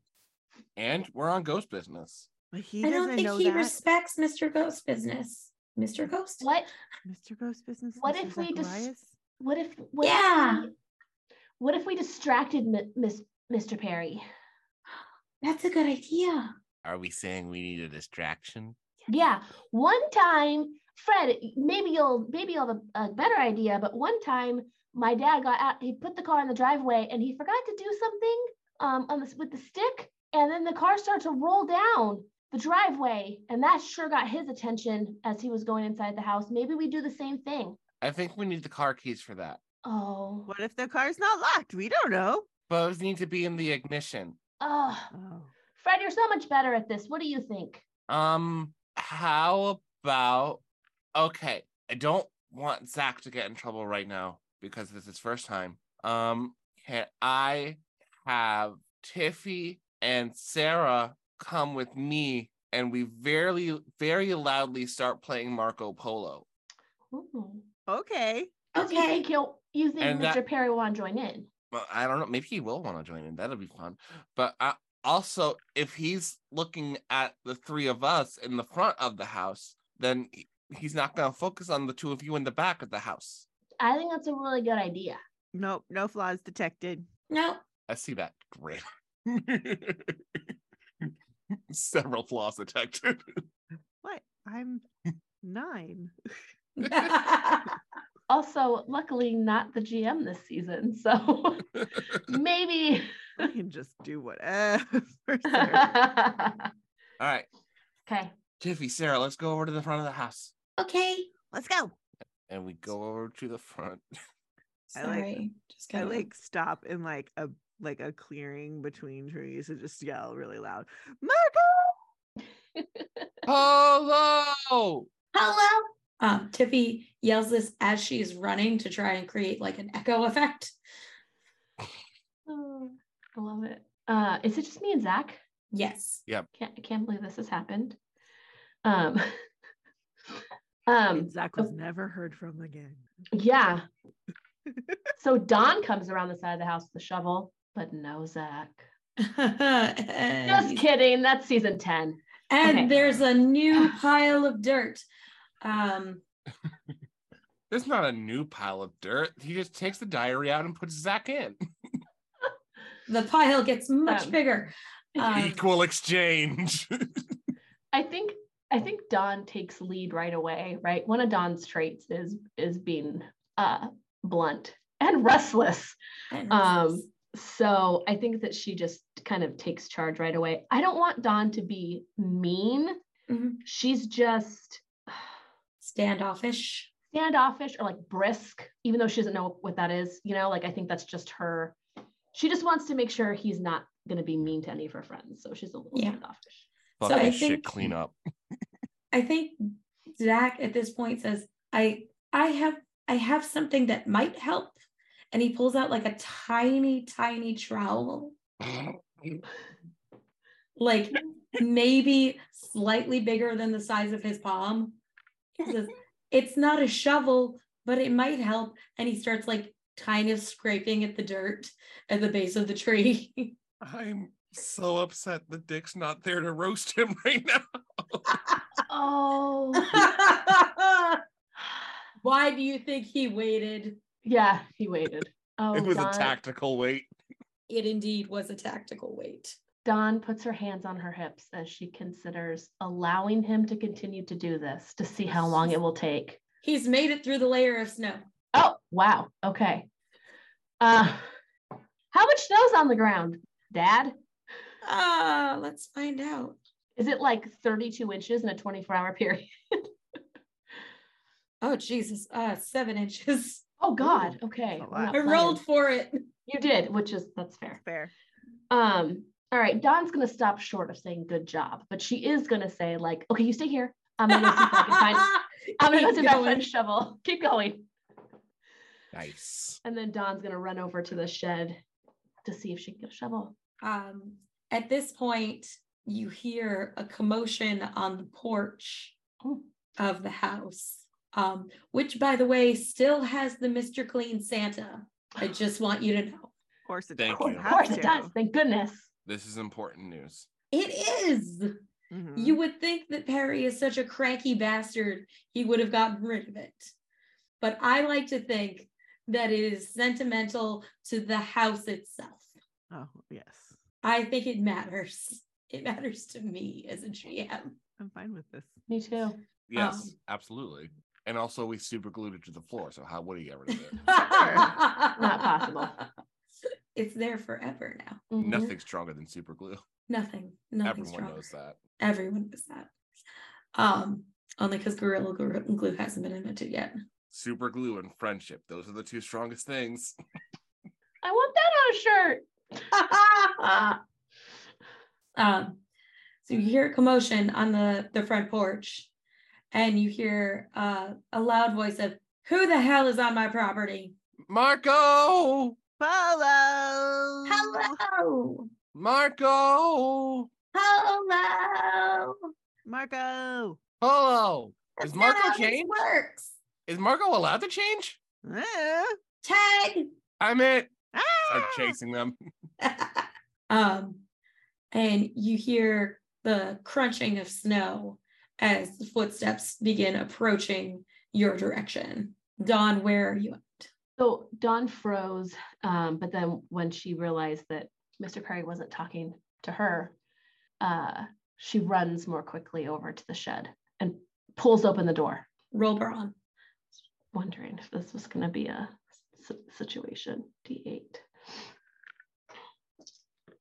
Speaker 4: And we're on ghost business.
Speaker 3: But he
Speaker 2: I
Speaker 3: doesn't
Speaker 2: don't think
Speaker 3: know
Speaker 2: he
Speaker 3: that.
Speaker 2: respects Mr. Ghost business. Mr. Ghost?
Speaker 1: What
Speaker 3: Mr. Ghost Business.
Speaker 1: What
Speaker 3: Mr.
Speaker 1: if we just-
Speaker 3: Zacharias?
Speaker 1: what if what if
Speaker 2: Yeah.
Speaker 1: we- what if we distracted Mi- Miss Mr. Perry?
Speaker 2: That's a good idea.
Speaker 4: Are we saying we need a distraction?
Speaker 1: Yeah, one time, Fred, maybe you'll maybe you'll have a, a better idea. But one time, my dad got out. He put the car in the driveway, and he forgot to do something um on the, with the stick, and then the car started to roll down the driveway, and that sure got his attention as he was going inside the house. Maybe we do the same thing.
Speaker 4: I think we need the car keys for that.
Speaker 1: Oh,
Speaker 3: What if the car's not locked? We don't know.
Speaker 4: Those need to be in the ignition.
Speaker 1: oh,
Speaker 3: Oh.
Speaker 1: Fred, you're so much better at this. What do you think?
Speaker 4: Um, how about okay? I don't want Zach to get in trouble right now because this is his first time. Um, can I have Tiffy and Sarah come with me and we very, very loudly start playing Marco Polo?
Speaker 1: Cool.
Speaker 3: Okay.
Speaker 1: Okay. Hmm. You
Speaker 2: Okay.
Speaker 1: think, he'll, you think
Speaker 4: And
Speaker 1: Mr.
Speaker 4: that-
Speaker 1: Perry will want to join in?
Speaker 4: Well, I don't know. Maybe he will want to join in. That'll be fun. But uh, also, if he's looking at the three of us in the front of the house, then he- he's not going to focus on the two of you in the back of the house.
Speaker 1: I think that's a really good idea.
Speaker 3: Nope. No flaws detected.
Speaker 2: No,
Speaker 4: I see that. Great. Several flaws detected.
Speaker 3: What? I'm nine.
Speaker 1: Also, luckily, not the GM this season. So maybe.
Speaker 3: I can just do whatever. sir.
Speaker 1: okay.
Speaker 4: All right, Tiffy, Sarah, let's go over to the front of the house.
Speaker 2: okay.
Speaker 3: Let's go.
Speaker 4: And we go over to the front.
Speaker 3: I like-
Speaker 2: Sorry, just
Speaker 3: I
Speaker 2: gotta-
Speaker 3: like stop in like a like a clearing between trees and just yell really loud, Marco!
Speaker 4: Hello!
Speaker 2: hello. Um, Tiffy yells this as she is running to try and create like an echo effect.
Speaker 1: Oh, I love it. Uh, is it just me and Zach?
Speaker 2: Yes.
Speaker 1: Can't, I can't believe this has happened. Um, um,
Speaker 3: And Zach was never heard from again.
Speaker 1: yeah. so Don comes around the side of the house with a shovel, but no Zach. Just
Speaker 2: and
Speaker 1: kidding. That's season 10. Okay.
Speaker 2: there's a new pile of dirt. Um,
Speaker 4: There's not a new pile of dirt. He just takes the diary out and puts Zach in.
Speaker 2: the pile gets much
Speaker 1: Um,
Speaker 2: bigger. Um,
Speaker 4: Equal exchange.
Speaker 1: I think I think Don takes lead right away, right? One of Don's traits is is being uh blunt and restless.
Speaker 2: and
Speaker 1: Um, So I think that she just kind of takes charge right away. I don't want Don to be mean.
Speaker 2: Mhm.
Speaker 1: She's just
Speaker 2: standoffish.
Speaker 1: standoffish or like brisk, even though she doesn't know what that is. You know, like I think that's just her. She just wants to make sure he's not going to be mean to any of her friends. So she's a little
Speaker 2: Yeah.
Speaker 1: standoffish.
Speaker 4: Fuck
Speaker 2: So I
Speaker 4: this shit
Speaker 2: think-
Speaker 4: clean up.
Speaker 2: I think Zach at this point says, "I I have I have something that might help," and he pulls out like a tiny, tiny trowel, like maybe slightly bigger than the size of his palm. He says, "It's not a shovel, but it might help," and he starts like kind of scraping at the dirt at the base of the tree.
Speaker 4: I'm so upset that Dick's not there to roast him right now.
Speaker 1: Oh,
Speaker 2: Why do you think he waited?
Speaker 1: yeah. He waited. Oh,
Speaker 4: it was
Speaker 1: Don,
Speaker 4: a tactical wait.
Speaker 2: It indeed was a tactical wait.
Speaker 1: Dawn puts her hands on her hips as she considers allowing him to continue to do this to see how long it will take.
Speaker 2: He's made it through the layer of snow.
Speaker 1: Oh, wow. Okay. Uh, how much snow's on the ground, Dad?
Speaker 2: Ah, let's find out.
Speaker 1: Is it like 32 inches in a 24 hour period?
Speaker 2: Oh Jesus, uh, seven inches.
Speaker 1: Oh, God. Okay.
Speaker 3: a lot.
Speaker 1: we're not
Speaker 2: I rolled
Speaker 1: playing.
Speaker 2: for it.
Speaker 1: You did, which is, that's fair.
Speaker 3: Fair.
Speaker 1: Um, all right. Dawn's going to stop short of saying good job, but she is going to say, like, okay, you stay here. I'm going to see if I can find, I'm going to go
Speaker 2: Keep
Speaker 1: see if I can
Speaker 2: going.
Speaker 1: find a shovel. Keep going.
Speaker 4: Nice.
Speaker 1: And then Dawn's going to run over to the shed to see if she can get a shovel.
Speaker 2: um, at this point, you hear a commotion on the porch
Speaker 1: Oh.
Speaker 2: of the house, um, which, by the way, still has the Mister Clean Santa. I just want you to know
Speaker 3: Of course it
Speaker 4: Thank
Speaker 1: Of
Speaker 3: does.
Speaker 1: course,
Speaker 4: you.
Speaker 1: of
Speaker 4: Have
Speaker 1: course it does. Thank goodness.
Speaker 4: This is important news.
Speaker 2: it is.
Speaker 3: Mhm.
Speaker 2: You would think that Perry is such a cranky bastard, he would have gotten rid of it. But I like to think that it is sentimental to the house itself.
Speaker 3: Oh, yes.
Speaker 2: I think it matters. It matters to me as a GM.
Speaker 3: I'm fine with this.
Speaker 1: Me too.
Speaker 4: Yes,
Speaker 2: Um,
Speaker 4: absolutely. And also, we super glued it to the floor. So how would he get rid of it?
Speaker 2: Not
Speaker 1: possible.
Speaker 2: It's there forever now.
Speaker 1: Mhm.
Speaker 4: Nothing stronger than super glue.
Speaker 2: Nothing. Nothing
Speaker 4: Everyone
Speaker 2: stronger.
Speaker 4: knows that.
Speaker 2: Everyone knows that. Um, only because Gorilla Glue glue hasn't been invented yet.
Speaker 4: Super glue and friendship. Those are the two strongest things.
Speaker 1: I want that on a shirt.
Speaker 2: um, so you hear a commotion on the, the front porch, and you hear uh, a loud voice of, Who the hell is on my property?
Speaker 4: Marco!
Speaker 3: Follow.
Speaker 2: Hello!
Speaker 4: Marco!
Speaker 2: Hello!
Speaker 3: Marco.
Speaker 4: Hello! Is
Speaker 2: That's
Speaker 4: Marco
Speaker 2: not how this
Speaker 4: changed?
Speaker 2: Works.
Speaker 4: Is Margot allowed to change?
Speaker 3: Eh.
Speaker 2: Tag.
Speaker 4: I'm it. I'm
Speaker 3: Ah!
Speaker 4: chasing them.
Speaker 2: um, and you hear the crunching of snow as the footsteps begin approaching your direction. Dawn, where are you at?
Speaker 1: So Dawn froze, um, but then when she realized that Mr. Perry wasn't talking to her, uh, she runs more quickly over to the shed and pulls open the door,
Speaker 2: Roll Brawn.
Speaker 1: wondering if this was going to be a s- situation. D8.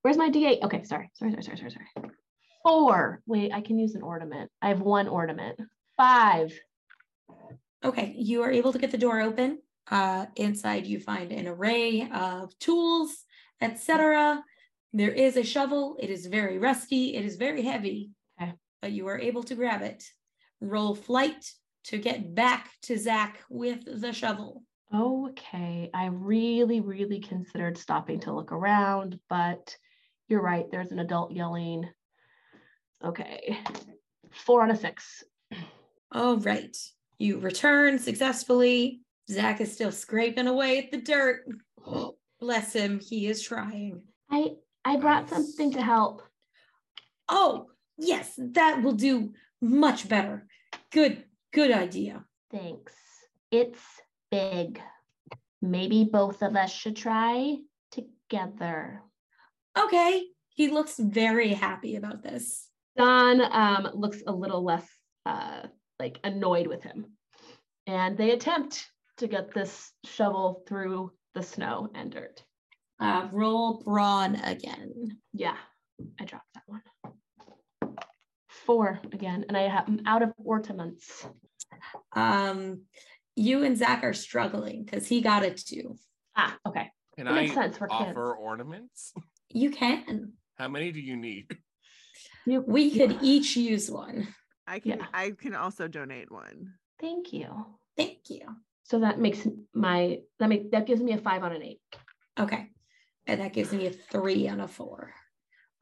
Speaker 1: Where's my D8? Okay, sorry, sorry, sorry, sorry, sorry, sorry. Four. Wait, I can use an ornament. I have one ornament. Five.
Speaker 2: Okay, you are able to get the door open. Uh, inside, you find an array of tools, etc. There is a shovel. It is very rusty. It is very heavy,
Speaker 1: Okay.
Speaker 2: but you are able to grab it. Roll flight to get back to Zach with the shovel.
Speaker 1: Okay, I really, really considered stopping to look around, but you're right, there's an adult yelling. Okay, four on a six.
Speaker 2: All right, you return successfully. Zach is still scraping away at the dirt. Bless him, he is trying.
Speaker 1: I I brought
Speaker 4: Nice.
Speaker 1: something to help.
Speaker 2: Oh, yes, that will do much better. Good, good idea.
Speaker 1: Thanks. It's big. Maybe both of us should try together.
Speaker 2: Okay. He looks very happy about this.
Speaker 1: Don um, looks a little less uh, like annoyed with him, and they attempt to get this shovel through the snow and dirt.
Speaker 2: Uh, roll brawn again.
Speaker 1: Yeah, I dropped that one. Four again, and I have I'm out of ornaments.
Speaker 2: Um, you and Zach are struggling because he got it too.
Speaker 1: Ah, okay.
Speaker 4: Can
Speaker 1: It makes
Speaker 4: I
Speaker 1: sense. We're kids.
Speaker 4: offer ornaments?
Speaker 2: You can.
Speaker 4: How many do you need?
Speaker 1: You-
Speaker 2: We
Speaker 1: you-
Speaker 2: could each use one.
Speaker 3: I can
Speaker 1: Yeah.
Speaker 3: I can also donate one.
Speaker 1: Thank you.
Speaker 2: Thank you.
Speaker 1: So that makes my that make that gives me a five on an eight.
Speaker 2: Okay. And that gives me a three and a four.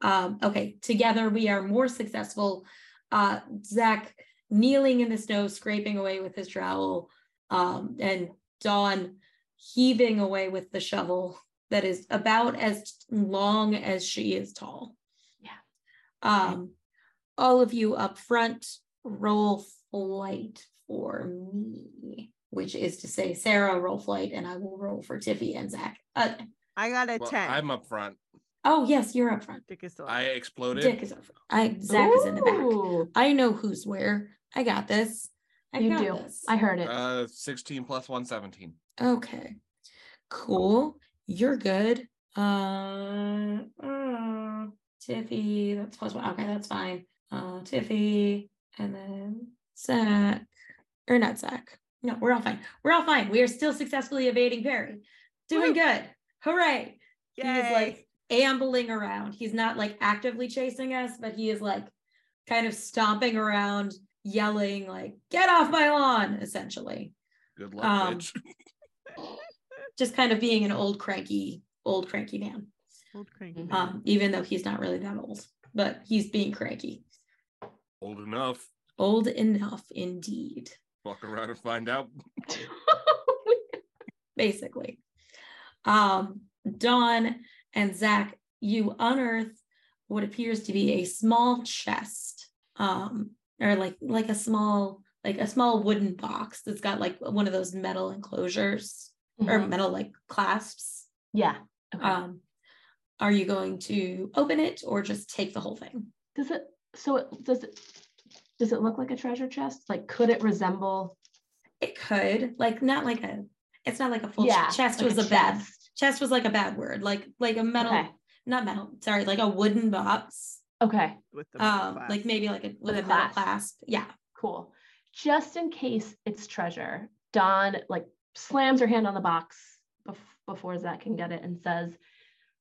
Speaker 2: Um, okay. Together we are more successful. Uh, Zach kneeling in the snow, scraping away with his trowel, um, and Dawn heaving away with the shovel that is about as long as she is tall.
Speaker 1: Yeah.
Speaker 2: Um, all of you up front, roll flight for me, which is to say, Sarah, roll flight, and I will roll for Tiffy and Zach. Uh,
Speaker 3: I got a
Speaker 4: Well,
Speaker 3: 10.
Speaker 4: I'm up front.
Speaker 2: Oh yes, you're up front.
Speaker 3: Dick is still
Speaker 4: I exploded.
Speaker 2: Dick is up front. I Zach is in the back.
Speaker 1: Ooh,
Speaker 2: I know who's where. I got this. I
Speaker 1: you
Speaker 2: got
Speaker 1: do.
Speaker 2: this.
Speaker 1: I heard it.
Speaker 4: Uh, 16 plus 117.
Speaker 2: okay. Cool. You're good. Uh, uh, Tiffy, that's plus one. Okay, that's fine. Uh, Tiffy, and then Zach, or not Zach. No, we're all fine. We're all fine. We are still successfully evading Perry. Doing
Speaker 3: Woo.
Speaker 2: good. Hooray! He is
Speaker 3: Yay.
Speaker 2: like ambling around. He's not like actively chasing us, but he is like kind of stomping around, yelling like "Get off my lawn!" Essentially,
Speaker 4: Good luck,
Speaker 2: Um,
Speaker 4: bitch.
Speaker 2: just kind of being an old cranky, old cranky man.
Speaker 3: Old cranky
Speaker 1: Mhm.
Speaker 3: man.
Speaker 2: Um, even though he's not really that old, but he's being cranky,
Speaker 4: Old enough.
Speaker 2: old enough indeed,
Speaker 4: Walk around and find out.
Speaker 2: basically. Um, Dawn and Zach, you unearth what appears to be a small chest um or like like a small like a small wooden box that's got like one of those metal enclosures or
Speaker 1: Mhm.
Speaker 2: metal like clasps
Speaker 1: yeah. Okay.
Speaker 2: um are you going to open it or just take the whole thing
Speaker 1: does it? So it does it? Does it look like a treasure chest? Like, could it resemble?
Speaker 2: it could like not like a it's not like a full ch- chest
Speaker 1: like
Speaker 2: was a, bad
Speaker 1: chest.
Speaker 2: chest was like a bad word like like a metal
Speaker 1: Okay.
Speaker 2: not metal sorry like a wooden box
Speaker 1: Okay.
Speaker 3: with the middle
Speaker 2: um
Speaker 3: class.
Speaker 2: like maybe like a with a
Speaker 1: a
Speaker 2: metal
Speaker 1: clasp.
Speaker 2: clasp yeah
Speaker 1: Cool. Just in case it's treasure, Dawn like slams her hand on the box bef- before Zach can get it and says,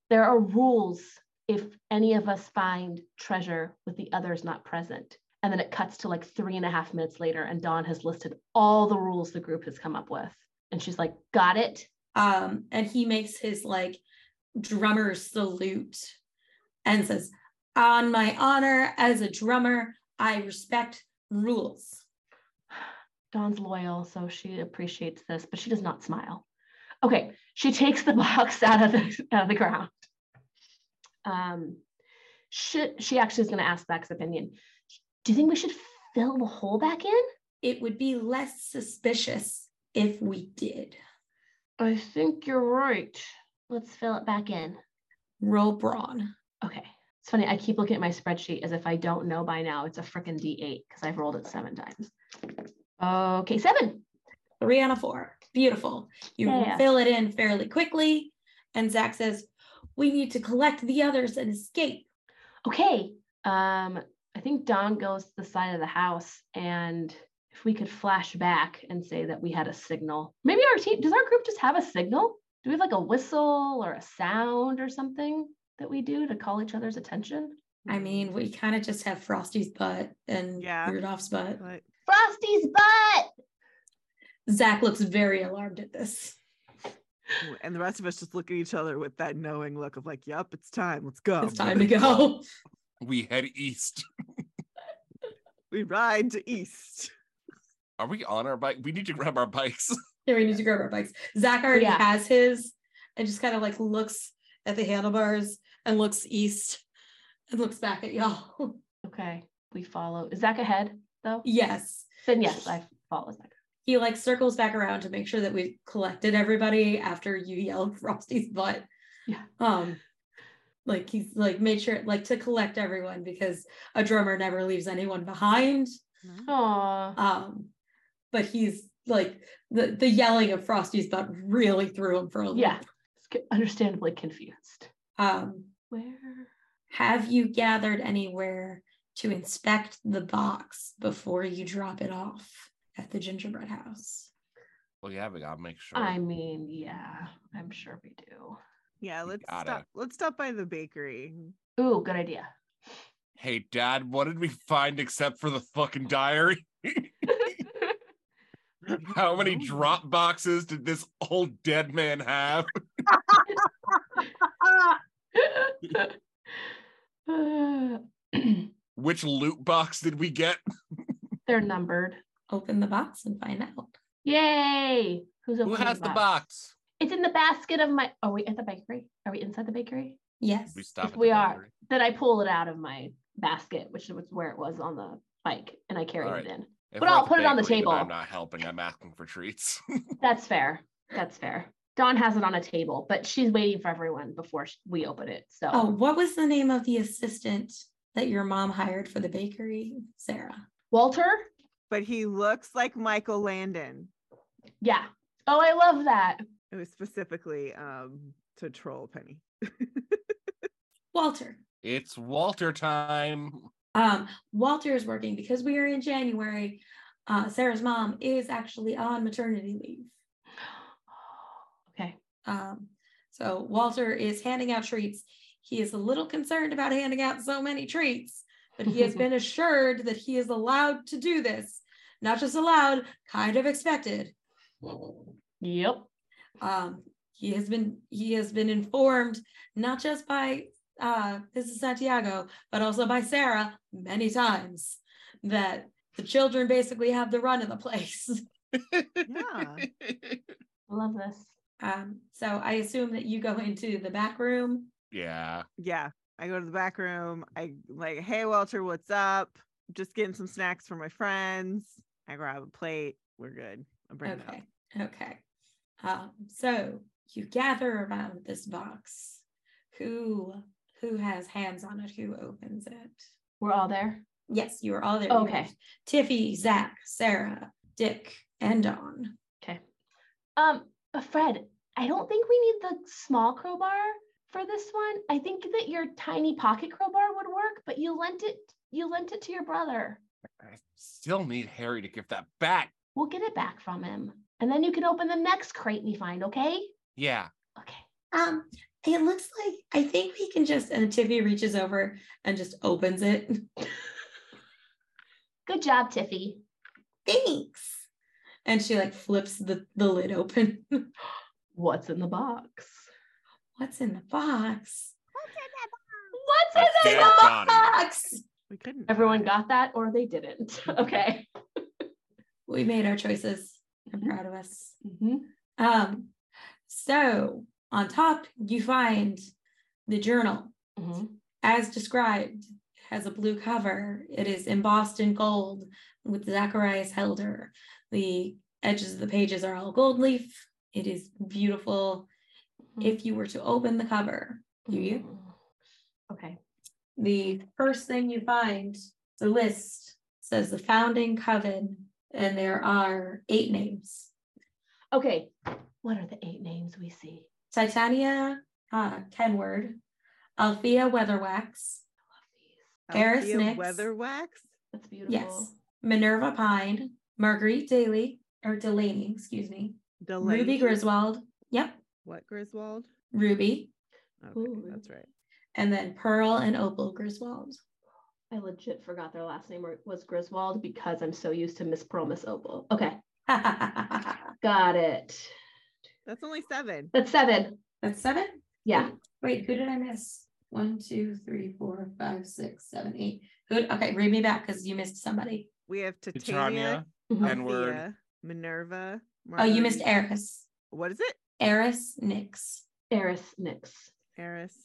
Speaker 1: There are rules if any of us find treasure with the others not present. And then it cuts to like three and a half minutes later, and Dawn has listed all the rules the group has come up with. And she's like, Got it.
Speaker 2: um, and he makes his like drummer salute and says, "On my honor as a drummer, I respect rules."
Speaker 1: Dawn's loyal, so she appreciates this, but she does not smile. Okay, she takes the box out of the, out of the ground. Um, she, she actually is going to ask Zach's opinion. Do you think we should fill the hole back in?
Speaker 2: It would be less suspicious if we did.
Speaker 1: I think you're right. Let's fill it back in.
Speaker 2: Roll brawn.
Speaker 1: Okay. It's funny. I keep looking at my spreadsheet as if I don't know by now. It's a freaking D8 because I've rolled it seven times. Okay, seven.
Speaker 2: Three on a four. Beautiful. You
Speaker 1: Yeah.
Speaker 2: fill it in fairly quickly. And Zach says, We need to collect the others and escape.
Speaker 1: Okay. Um, I think Don goes to the side of the house, and if we could flash back and say that we had a signal, maybe our team does our group just have a signal? Do we have like a whistle or a sound or something that we do to call each other's attention?
Speaker 2: I mean, we kind of just have Frosty's butt and
Speaker 3: Yeah.
Speaker 2: Rudolph's butt.
Speaker 3: Like,
Speaker 1: Frosty's butt.
Speaker 2: Zach looks very alarmed at this.
Speaker 3: ooh, and the rest of us just look at each other with that knowing look of like, "Yep, it's time. Let's go.
Speaker 2: it's time to go.
Speaker 4: We head east.
Speaker 3: We ride to east."
Speaker 4: Are we on our bike? We need to grab our bikes.
Speaker 2: Yeah, we need to grab our bikes. Zach already
Speaker 1: Yeah.
Speaker 2: has his and just kind of like looks at the handlebars and looks east and looks back at y'all.
Speaker 1: Okay, we follow. Is Zach ahead though?
Speaker 2: yes.
Speaker 1: Then yes, I follow Zach.
Speaker 2: He like circles back around to make sure that we've collected everybody after you yelled Frosty's butt.
Speaker 1: Yeah.
Speaker 2: Um like he's like made sure like to collect everyone because a drummer never leaves anyone behind.
Speaker 1: Aw.
Speaker 2: Um, but he's like the the yelling of Frosty's butt really threw him for a loop.
Speaker 1: Yeah. Understandably confused.
Speaker 2: Um,
Speaker 1: Where?
Speaker 2: have you gathered anywhere to inspect the box before you drop it off at the gingerbread house?
Speaker 4: Well, yeah, we gotta make sure.
Speaker 1: I mean, yeah, I'm sure we do.
Speaker 3: Yeah, let's
Speaker 4: gotta.
Speaker 3: stop. Let's stop by the bakery.
Speaker 1: Ooh, good idea.
Speaker 4: Hey, Dad, what did we find except for the fucking diary? How many drop boxes did this old dead man have?
Speaker 3: Ah!
Speaker 1: Uh,
Speaker 4: Which loot box did we get?
Speaker 1: They're numbered.
Speaker 2: Open the box and find out.
Speaker 1: Yay! Who's
Speaker 4: Who
Speaker 1: opening
Speaker 4: has the box?
Speaker 1: It's in the basket of my. Are we at the bakery? Are we inside the bakery?
Speaker 2: Yes.
Speaker 4: We stop.
Speaker 1: If
Speaker 4: at the
Speaker 1: we are.
Speaker 4: bakery.
Speaker 1: Then I pull it out of my basket, which was where it was on the bike, and I carried
Speaker 4: Alright.
Speaker 1: it in.
Speaker 4: If
Speaker 1: But
Speaker 4: we're at
Speaker 1: I'll put it on the
Speaker 4: bakery, then I'm
Speaker 1: table.
Speaker 4: not helping. I'm asking for treats.
Speaker 1: That's fair. That's fair. Dawn has it on a table, but she's waiting for everyone before sh- we open it. So
Speaker 2: Oh, what was the name of the assistant that your mom hired for the bakery? Sarah.
Speaker 1: Walter,
Speaker 3: But he looks like Michael Landon.
Speaker 1: yeah. Oh, I love that.
Speaker 3: It was specifically um, to troll Penny.
Speaker 2: Walter.
Speaker 4: it's Walter time.
Speaker 2: Um, Walter is working because we are in January. Uh, Sarah's mom is actually on maternity leave.
Speaker 1: Okay.
Speaker 2: Um, so Walter is handing out treats. He is a little concerned about handing out so many treats, but he has been assured that he is allowed to do this. Not just allowed, kind of expected.
Speaker 1: Yep.
Speaker 2: Um, he has been he has been informed not just by uh, this is Santiago, but also by Sarah many times that the children basically have the run of the place.
Speaker 3: Yeah.
Speaker 1: I love this.
Speaker 2: Um, so I assume that you go into the back room.
Speaker 4: yeah.
Speaker 3: yeah. I go to the back room. I like, hey Walter, what's up? Just getting some snacks for my friends. I grab a plate. We're good. I bring it up.
Speaker 2: Okay. Okay. Um, so you gather around this box. Who who has hands on it? Who opens it?
Speaker 1: We're all there.
Speaker 2: Yes, you are all there.
Speaker 1: Okay.
Speaker 2: You have Tiffy, Zach, Sarah, Dick, and Dawn.
Speaker 1: Um, uh, Fred, I don't think we need the small crowbar for this one. I think that your tiny pocket crowbar would work, but you lent it you lent it to your brother.
Speaker 4: I still need Harry to give that back.
Speaker 1: We'll get it back from him. And then you can open the next crate we find, okay?
Speaker 4: Yeah.
Speaker 1: Okay.
Speaker 2: Um, it looks like I think we can just and Tiffy reaches over and just opens it.
Speaker 1: Good job, Tiffy.
Speaker 2: Thanks. And she like flips the, the lid open.
Speaker 1: What's in the box?
Speaker 2: What's in the box?
Speaker 1: What's
Speaker 4: A
Speaker 1: in the
Speaker 4: dead
Speaker 1: box?
Speaker 4: body.
Speaker 2: Box.
Speaker 3: We couldn't.
Speaker 1: Everyone
Speaker 3: find-
Speaker 1: got that or they didn't. Okay.
Speaker 2: we made our choices. I'm proud of us.
Speaker 1: Mhm.
Speaker 2: Um, so on top, you find the journal
Speaker 1: Mhm.
Speaker 2: as described has a blue cover. It is embossed in gold with Zacharias Helder. The edges of the pages are all gold leaf. It is beautiful. If you were to open the cover, do you?
Speaker 1: Mhm. Okay.
Speaker 2: The first thing you find, the list says the founding coven, and there are eight names.
Speaker 1: Okay. What are the eight names we see?
Speaker 2: Titania uh, Kenward, Althea Weatherwax, Harris
Speaker 3: Althea
Speaker 2: Nix.
Speaker 3: Weatherwax.
Speaker 1: That's beautiful.
Speaker 2: yes, Minerva Pine, Marguerite Daly, or Delaney, excuse me,
Speaker 3: Delaney.
Speaker 2: Ruby Griswold. Yep,
Speaker 3: What Griswold?
Speaker 2: Ruby,
Speaker 3: Okay,
Speaker 1: Ooh.
Speaker 3: that's right.
Speaker 2: and then Pearl and Opal Griswold.
Speaker 1: I legit forgot their last name were- was Griswold because I'm so used to Miss Pearl, Miss Opal. Okay.
Speaker 2: That's
Speaker 1: Got it.
Speaker 3: That's only seven.
Speaker 1: That's seven.
Speaker 2: seven.
Speaker 1: Yeah.
Speaker 2: Wait, who did I miss? One, two, three, four, five, six, seven, eight. Who? Okay, read me back because you missed somebody.
Speaker 3: We have
Speaker 4: Titania.
Speaker 3: Titania,
Speaker 1: Mhm.
Speaker 4: and word.
Speaker 3: Althea, Minerva.
Speaker 2: Oh, you missed
Speaker 3: Marguerite-
Speaker 2: Eris.
Speaker 3: What is it?
Speaker 2: Eris Nix.
Speaker 1: Eris Nix.
Speaker 3: Eris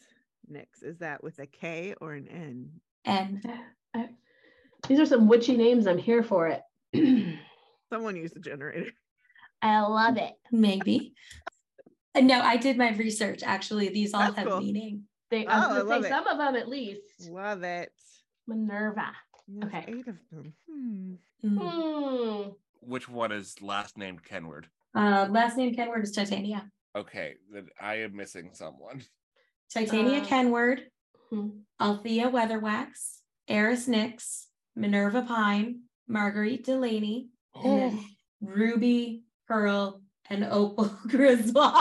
Speaker 3: Nix. Is that with a K or an N?
Speaker 2: And
Speaker 1: I- These are some witchy names. I'm here for it.
Speaker 3: Someone used the generator.
Speaker 1: I love it.
Speaker 2: maybe. Uh, no, I did my research. Actually, these all
Speaker 3: That's
Speaker 2: have
Speaker 3: cool.
Speaker 2: meaning.
Speaker 1: They,
Speaker 3: Oh, I
Speaker 1: I was going
Speaker 3: love
Speaker 1: to
Speaker 3: it.
Speaker 1: say some of them at least.
Speaker 3: Love it.
Speaker 1: Minerva.
Speaker 3: There's
Speaker 1: Okay.
Speaker 3: Eight of them. Hmm.
Speaker 2: Mm.
Speaker 1: Hmm.
Speaker 4: Which one is last named Kenward?
Speaker 2: Uh, last name Kenward is Titania.
Speaker 4: Okay, then I am missing someone.
Speaker 2: Titania
Speaker 1: Uh,
Speaker 2: Kenward,
Speaker 1: Hmm.
Speaker 2: Althea Weatherwax, Eris Nix, Minerva Pine, Marguerite Delaney, and
Speaker 1: Oh.
Speaker 2: then Ruby Pearl and Opal Griswold.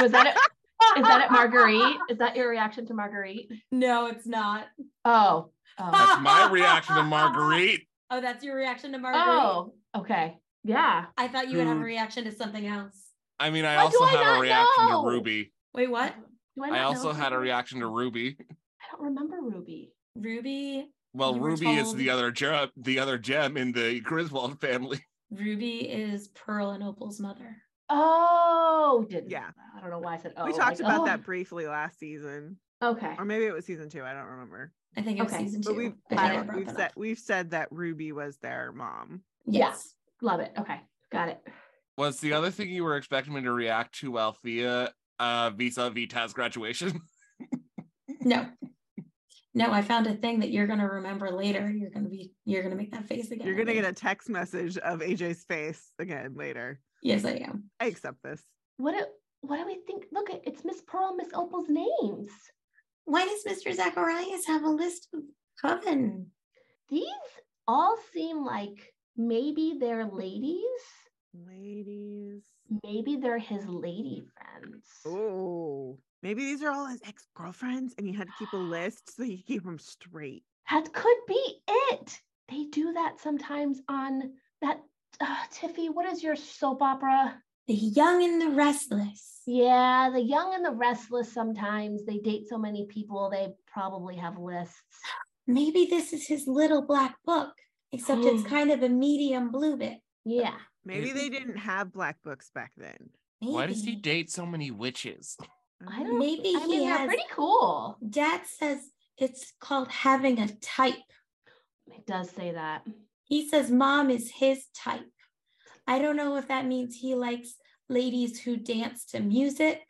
Speaker 1: Was that it? Is that it, Marguerite? Is that your reaction to Marguerite?
Speaker 2: no, it's not.
Speaker 1: Oh. Oh.
Speaker 4: That's my reaction to Marguerite.
Speaker 2: Oh, that's your reaction to Marguerite.
Speaker 1: oh. Okay. Yeah.
Speaker 2: I thought you would have a
Speaker 3: Hmm.
Speaker 4: Who-
Speaker 2: reaction to something else.
Speaker 4: I mean, I
Speaker 1: Why do
Speaker 4: also
Speaker 1: I
Speaker 4: had
Speaker 1: not
Speaker 4: a reaction
Speaker 1: know?
Speaker 4: to Ruby.
Speaker 2: Wait, what?
Speaker 1: Do not
Speaker 4: I
Speaker 1: know
Speaker 4: also had a
Speaker 1: Ruby?
Speaker 4: reaction to Ruby.
Speaker 1: I don't remember Ruby.
Speaker 2: Ruby
Speaker 4: Well,
Speaker 2: You were
Speaker 4: Ruby is
Speaker 2: told-
Speaker 4: the other gem, the other gem in the Griswold family.
Speaker 2: Ruby is Pearl and Opal's mother.
Speaker 1: Oh, didn't.
Speaker 3: Yeah.
Speaker 1: know that. I don't know why I said oh.
Speaker 3: we
Speaker 1: like,
Speaker 3: talked about
Speaker 1: oh.
Speaker 3: that um, briefly last season,
Speaker 1: Okay.
Speaker 3: or maybe it was season two. I don't remember.
Speaker 2: I think it was
Speaker 1: Okay,
Speaker 2: season two.
Speaker 3: But we've
Speaker 2: I think I
Speaker 1: yeah,
Speaker 2: brought
Speaker 3: we've
Speaker 2: that
Speaker 3: said
Speaker 2: up.
Speaker 3: we've said that Ruby was their mom.
Speaker 1: Yeah.
Speaker 2: Yes.
Speaker 1: Love it. Okay. Got it.
Speaker 4: Was the other thing you were expecting me to react to Althea uh vis-a-vis Taz graduation?
Speaker 2: No. No, I found a thing that you're gonna remember later. You're gonna be you're gonna make that face again.
Speaker 3: You're gonna
Speaker 2: I
Speaker 3: get a
Speaker 2: think.
Speaker 3: text message of AJ's face again later.
Speaker 2: Yes, I am.
Speaker 3: I accept this.
Speaker 1: What do what do we think? Look, it- it's Miss Pearl, Miss Opal's names.
Speaker 2: Why does Mr. Zacharias have a list of coven?
Speaker 1: These all seem like maybe they're ladies.
Speaker 3: Ladies.
Speaker 1: Maybe they're his lady friends.
Speaker 3: Oh. Maybe these are all his ex-girlfriends and he had to keep a list so he could keep them straight.
Speaker 1: That could be it. They do that sometimes on that uh, Tiffy. What is your soap opera?
Speaker 2: The young and the restless.
Speaker 1: Yeah, the young and the restless sometimes they date so many people they probably have lists.
Speaker 2: Maybe this is his little black book, except it's kind of a medium blue bit.
Speaker 1: Yeah.
Speaker 3: Maybe they didn't have black books back then.
Speaker 2: Maybe.
Speaker 4: Why does he date so many witches?
Speaker 1: I don't
Speaker 2: Maybe
Speaker 1: I mean,
Speaker 2: he
Speaker 1: they're
Speaker 2: has.
Speaker 1: pretty cool.
Speaker 2: Dad says it's called having a type.
Speaker 1: It does say that.
Speaker 2: He says mom is his type. I don't know if that means he likes ladies who dance to music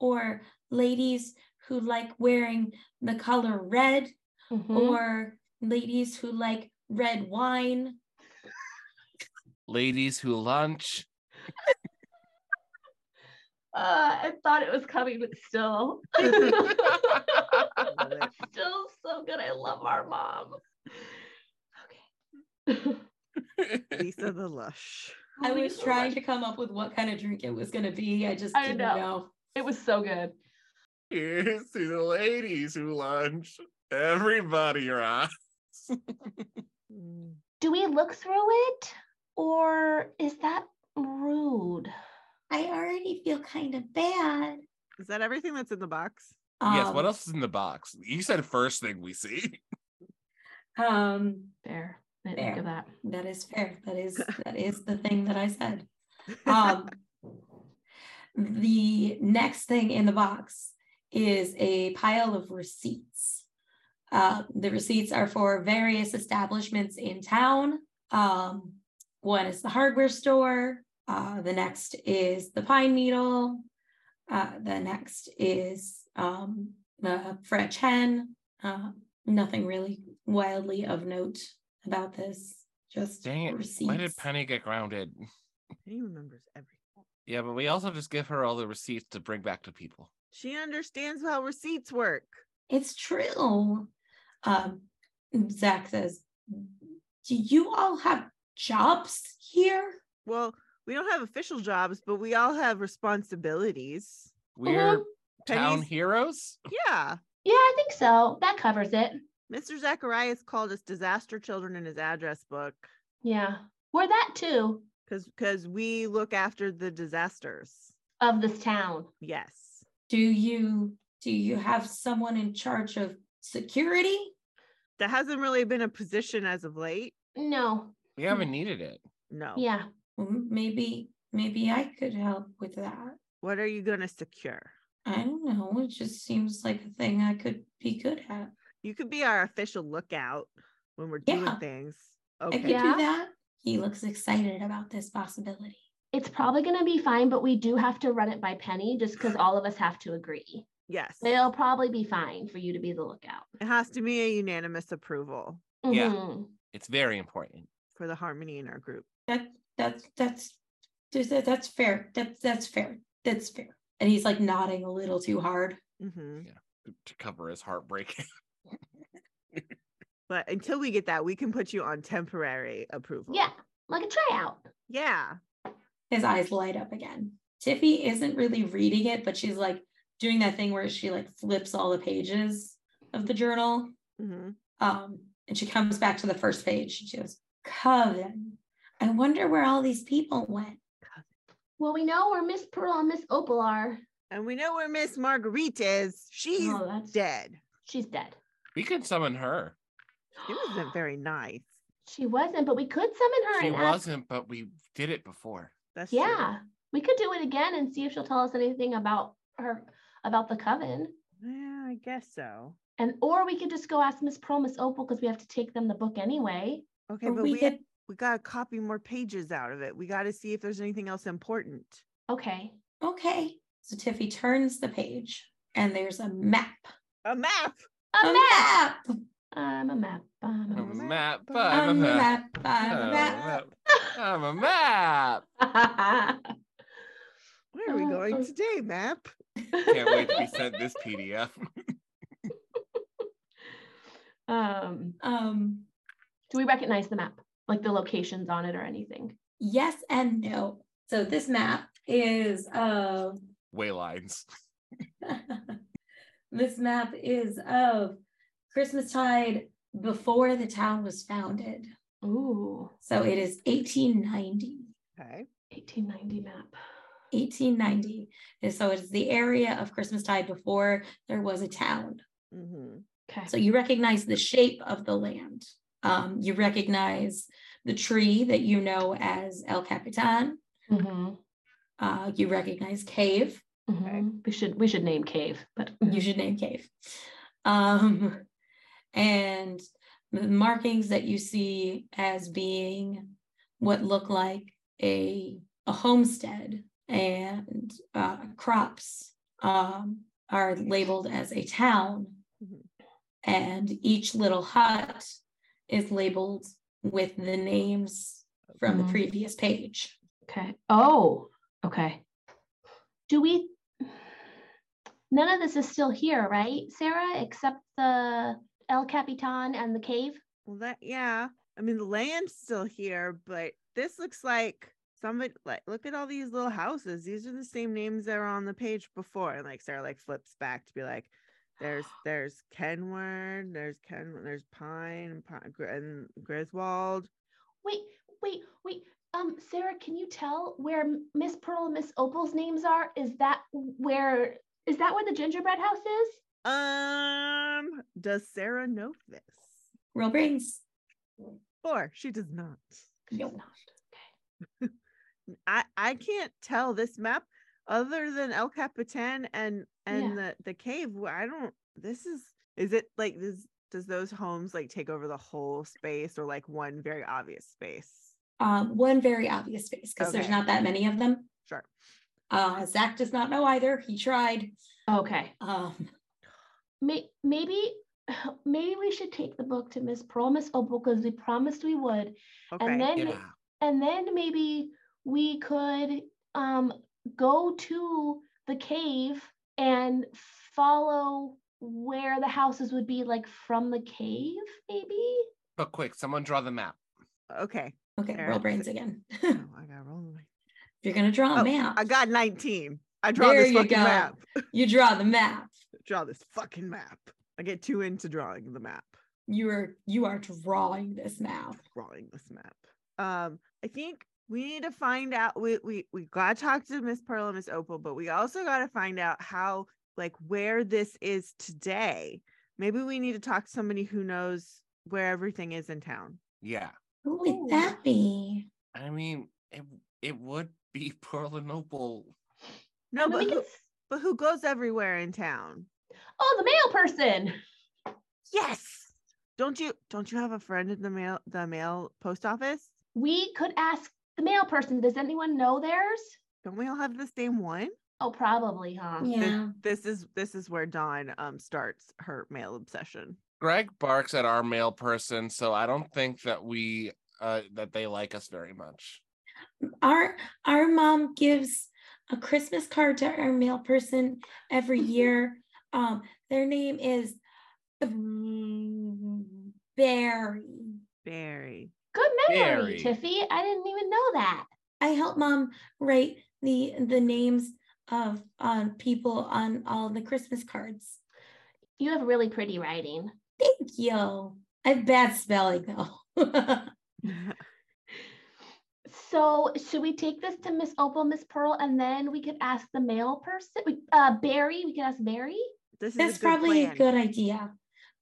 Speaker 2: or ladies who like wearing the color red Mm-hmm.
Speaker 1: Mhm.
Speaker 2: or ladies who like red wine.
Speaker 4: Ladies who lunch.
Speaker 1: Uh, I thought it was coming, but still.
Speaker 3: Love it.
Speaker 1: still so good. I love our mom. Okay. Oh
Speaker 3: Lisa the Lush.
Speaker 2: I was trying to come up with what kind of drink it was going to be. I just
Speaker 1: I
Speaker 2: didn't
Speaker 1: know.
Speaker 2: know.
Speaker 1: It was so good.
Speaker 4: Here's to the ladies who lunch. Everybody around.
Speaker 3: Mm.
Speaker 1: Do we look through it or is that rude?
Speaker 2: I already feel kind of bad.
Speaker 3: Is that everything that's in the box?
Speaker 4: yes,
Speaker 2: Um,
Speaker 4: what else is in the box? You said first thing we see.
Speaker 2: Um,
Speaker 1: Fair. I didn't think
Speaker 2: Fair.
Speaker 1: of that.
Speaker 2: That is fair. That is that is the thing that I said. Um, the next thing in the box is a pile of receipts. Uh, the receipts are for various establishments in town. Um, one is the hardware store. Uh, the next is the Pine Needle. Uh, the next is um, the French Hen. Uh, nothing really wildly of note about this. Just
Speaker 4: Dang it.
Speaker 2: receipts.
Speaker 4: Why did Penny get grounded?
Speaker 3: He remembers everything.
Speaker 4: Yeah, but we also just give her all the receipts to bring back to people.
Speaker 3: She understands how receipts work.
Speaker 2: It's true. Um, Zach says, Do you all have jobs here?
Speaker 3: Well, we don't have official jobs, but we all have responsibilities.
Speaker 2: Uh-huh.
Speaker 4: We're
Speaker 1: Mhm.
Speaker 4: town
Speaker 3: Penny's-
Speaker 4: heroes.
Speaker 3: Yeah.
Speaker 1: Yeah, I think so. That covers it.
Speaker 3: Mr. Zacharias called us disaster children in his address book
Speaker 1: Yeah. We're that too
Speaker 3: because because we look after the disasters.
Speaker 1: of this town.
Speaker 3: Yes.
Speaker 2: Do you do you have someone in charge of security?
Speaker 3: That hasn't really been a position as of late.
Speaker 1: No.
Speaker 4: We
Speaker 2: Hmm.
Speaker 4: haven't needed it.
Speaker 3: No.
Speaker 1: Yeah.
Speaker 2: Well, m- maybe maybe I could help with that.
Speaker 3: What are you gonna secure?
Speaker 2: I don't know. It just seems like a thing I could be good at.
Speaker 3: You could be our official lookout when we're
Speaker 2: Yeah.
Speaker 3: doing things.
Speaker 2: I could
Speaker 3: Okay.
Speaker 1: Yeah.
Speaker 2: do that. He looks excited about this possibility.
Speaker 1: It's probably going to be fine, but we do have to run it by Penny just because all of us have to agree.
Speaker 3: Yes.
Speaker 1: It'll probably be fine for you to be the lookout.
Speaker 3: It has to be a unanimous approval
Speaker 4: Yeah.
Speaker 1: Mhm.
Speaker 4: It's very important.
Speaker 3: for the harmony in our group.
Speaker 2: that that's that's that's that's fair. That's that's fair. That's fair. And he's like nodding a little too hard.
Speaker 3: hmm
Speaker 4: To cover his heartbreak.
Speaker 3: But until we get that, we can put you on temporary approval.
Speaker 1: Yeah. Like a tryout.
Speaker 3: Yeah.
Speaker 2: His eyes light up again. Tiffy isn't really reading it, but she's like doing that thing where she like flips all the pages of the journal.
Speaker 3: hmm
Speaker 2: Um, and she comes back to the first page and she goes, Coven. I wonder where all these people went.
Speaker 1: Well, we know where Miss Pearl and Miss Opal are.
Speaker 3: And we know where Miss Marguerite is. She's
Speaker 1: No, that's
Speaker 3: dead.
Speaker 1: she's dead.
Speaker 4: We can summon her.
Speaker 3: She wasn't very nice.
Speaker 1: She wasn't, but we could summon her
Speaker 4: She
Speaker 1: and ask.
Speaker 4: wasn't, but we did it before.
Speaker 3: That's true.
Speaker 1: Yeah. We could do it again and see if she'll tell us anything about her about the coven.
Speaker 3: Yeah, I guess so.
Speaker 1: And or we could just go ask Miss Pearl, Miss Opal, because we have to take them the book anyway.
Speaker 3: Okay,
Speaker 2: Or
Speaker 3: but
Speaker 2: we
Speaker 3: we
Speaker 2: could
Speaker 3: we gotta copy more pages out of it. We gotta see if there's anything else important.
Speaker 1: Okay.
Speaker 2: okay. So Tiffy turns the page and there's a map.
Speaker 3: A map.
Speaker 1: A map.
Speaker 2: map!
Speaker 1: I'm a map. I'm a
Speaker 4: I'm a
Speaker 1: map.
Speaker 4: map.
Speaker 3: map.
Speaker 4: I'm a map. Oh,
Speaker 2: I'm
Speaker 4: I'm
Speaker 2: a
Speaker 4: a
Speaker 2: map.
Speaker 4: map. I'm a map.
Speaker 3: Where are we
Speaker 1: Uh,
Speaker 3: going
Speaker 1: uh.
Speaker 3: today, map?
Speaker 4: Can't wait to be sent this PDF.
Speaker 1: um,
Speaker 2: Um,
Speaker 1: do we recognize the map, like the locations on it or anything?
Speaker 2: yes and no. So this map is um, of
Speaker 4: Way lines.
Speaker 2: this map is of Christmastide before the town was founded.
Speaker 1: Ooh,
Speaker 2: So it is 1890.
Speaker 3: Okay.
Speaker 1: 1890 map.
Speaker 2: 1890. And so it's the area of Christmastide before there was a town.
Speaker 3: Mm-hmm.
Speaker 1: Okay.
Speaker 2: So you recognize the shape of the land. Um, you recognize the tree that you know as El Capitan. mm-hmm,
Speaker 1: Mhm,
Speaker 2: Uh, you recognize cave.
Speaker 1: mhm. We should we should name cave, but
Speaker 2: mm-hmm.
Speaker 1: mm,
Speaker 2: you should name cave um and the markings that you see as being what look like a a homestead and uh, crops um, are labeled as a town
Speaker 3: Mhm.
Speaker 2: and each little hut is labeled with the names from
Speaker 1: Mhm.
Speaker 2: the previous page
Speaker 1: okay. Oh, okay. Do we? None of this is still here, right, Sarah? Except the El Capitan and the cave.
Speaker 3: Well, that yeah. I mean, the land's still here, but this looks like somebody like look at all these little houses. These are the same names that were on the page before. And like Sarah like flips back to be like, there's there's Kenward, there's Ken, there's Pine, Pine and Griswold.
Speaker 1: Wait, wait, wait. Um, Sarah, can you tell where M- Miss Pearl and Miss Opal's names are? Is that where is that where the gingerbread house is?
Speaker 3: Um, does Sarah know this?
Speaker 2: roll brings
Speaker 3: Four. She does not.
Speaker 1: She's not.
Speaker 3: I I can't tell this map other than El Capitan and and the the cave. where I don't. This is is it like this? Does those homes like take over the whole space or like one very obvious space?
Speaker 2: Um, one very obvious space because there's
Speaker 3: Okay.
Speaker 2: not that many of them.
Speaker 3: Sure.
Speaker 2: Uh, Zach does not know either. He tried.
Speaker 1: Okay.
Speaker 2: Um,
Speaker 1: May- maybe maybe we should take the book to Miss Pearl, Miss Opal, because we promised we would.
Speaker 3: Okay.
Speaker 1: And then
Speaker 4: Yeah.
Speaker 1: and then maybe we could um go to the cave and follow where the houses would be like from the cave maybe
Speaker 4: But quick, someone draw the map.
Speaker 3: okay.
Speaker 2: okay,
Speaker 3: Fair
Speaker 2: roll
Speaker 3: enough.
Speaker 2: brains again.
Speaker 3: Oh,
Speaker 2: if
Speaker 3: I got rolling.
Speaker 2: you're gonna draw a
Speaker 3: Oh,
Speaker 2: map,
Speaker 3: I got 19. I draw
Speaker 2: There
Speaker 3: this
Speaker 2: you
Speaker 3: fucking
Speaker 2: go.
Speaker 3: map.
Speaker 2: you draw the map.
Speaker 3: Draw this fucking map. I get two into drawing the map.
Speaker 2: You are you are drawing this map.
Speaker 3: Drawing this map. Um, I think we need to find out. We we we gotta talk to Miss Pearl and Miss Opal, but we also gotta find out how like where this is today. Maybe we need to talk to somebody who knows where everything is in town.
Speaker 4: Yeah.
Speaker 2: Who would that be?
Speaker 4: I mean, it it would be Pearl and Noble.
Speaker 3: No, Oh,
Speaker 1: And then
Speaker 3: but
Speaker 1: we
Speaker 3: who,
Speaker 1: can s-
Speaker 3: but who goes everywhere in town?
Speaker 1: oh the mail person
Speaker 3: Yes. Don't you don't you have a friend in the mail the mail post office?
Speaker 1: we could ask the mail person does anyone know theirs
Speaker 3: Don't we all have the same one?
Speaker 1: oh probably huh
Speaker 3: Th-
Speaker 2: Yeah.
Speaker 3: This is this is where Dawn um starts her male obsession.
Speaker 4: Greg barks at our mail person, so I don't think that we uh that they like us very much.
Speaker 2: Our our mom gives a Christmas card to our mail person every year. Um, their name is Barry.
Speaker 3: Very.
Speaker 1: good memory
Speaker 4: Very.
Speaker 1: tiffy i didn't even know that
Speaker 2: I help mom write the the names of um, people on all the Christmas cards.
Speaker 1: you have really pretty writing
Speaker 2: Thank you. I have bad spelling though.
Speaker 1: So should we take this to Miss Opal, Miss Pearl, and then we could ask the male person, we- uh, Barry? We could ask Barry.
Speaker 3: this is a
Speaker 2: That's
Speaker 3: good
Speaker 2: probably a
Speaker 3: plan.
Speaker 2: good idea.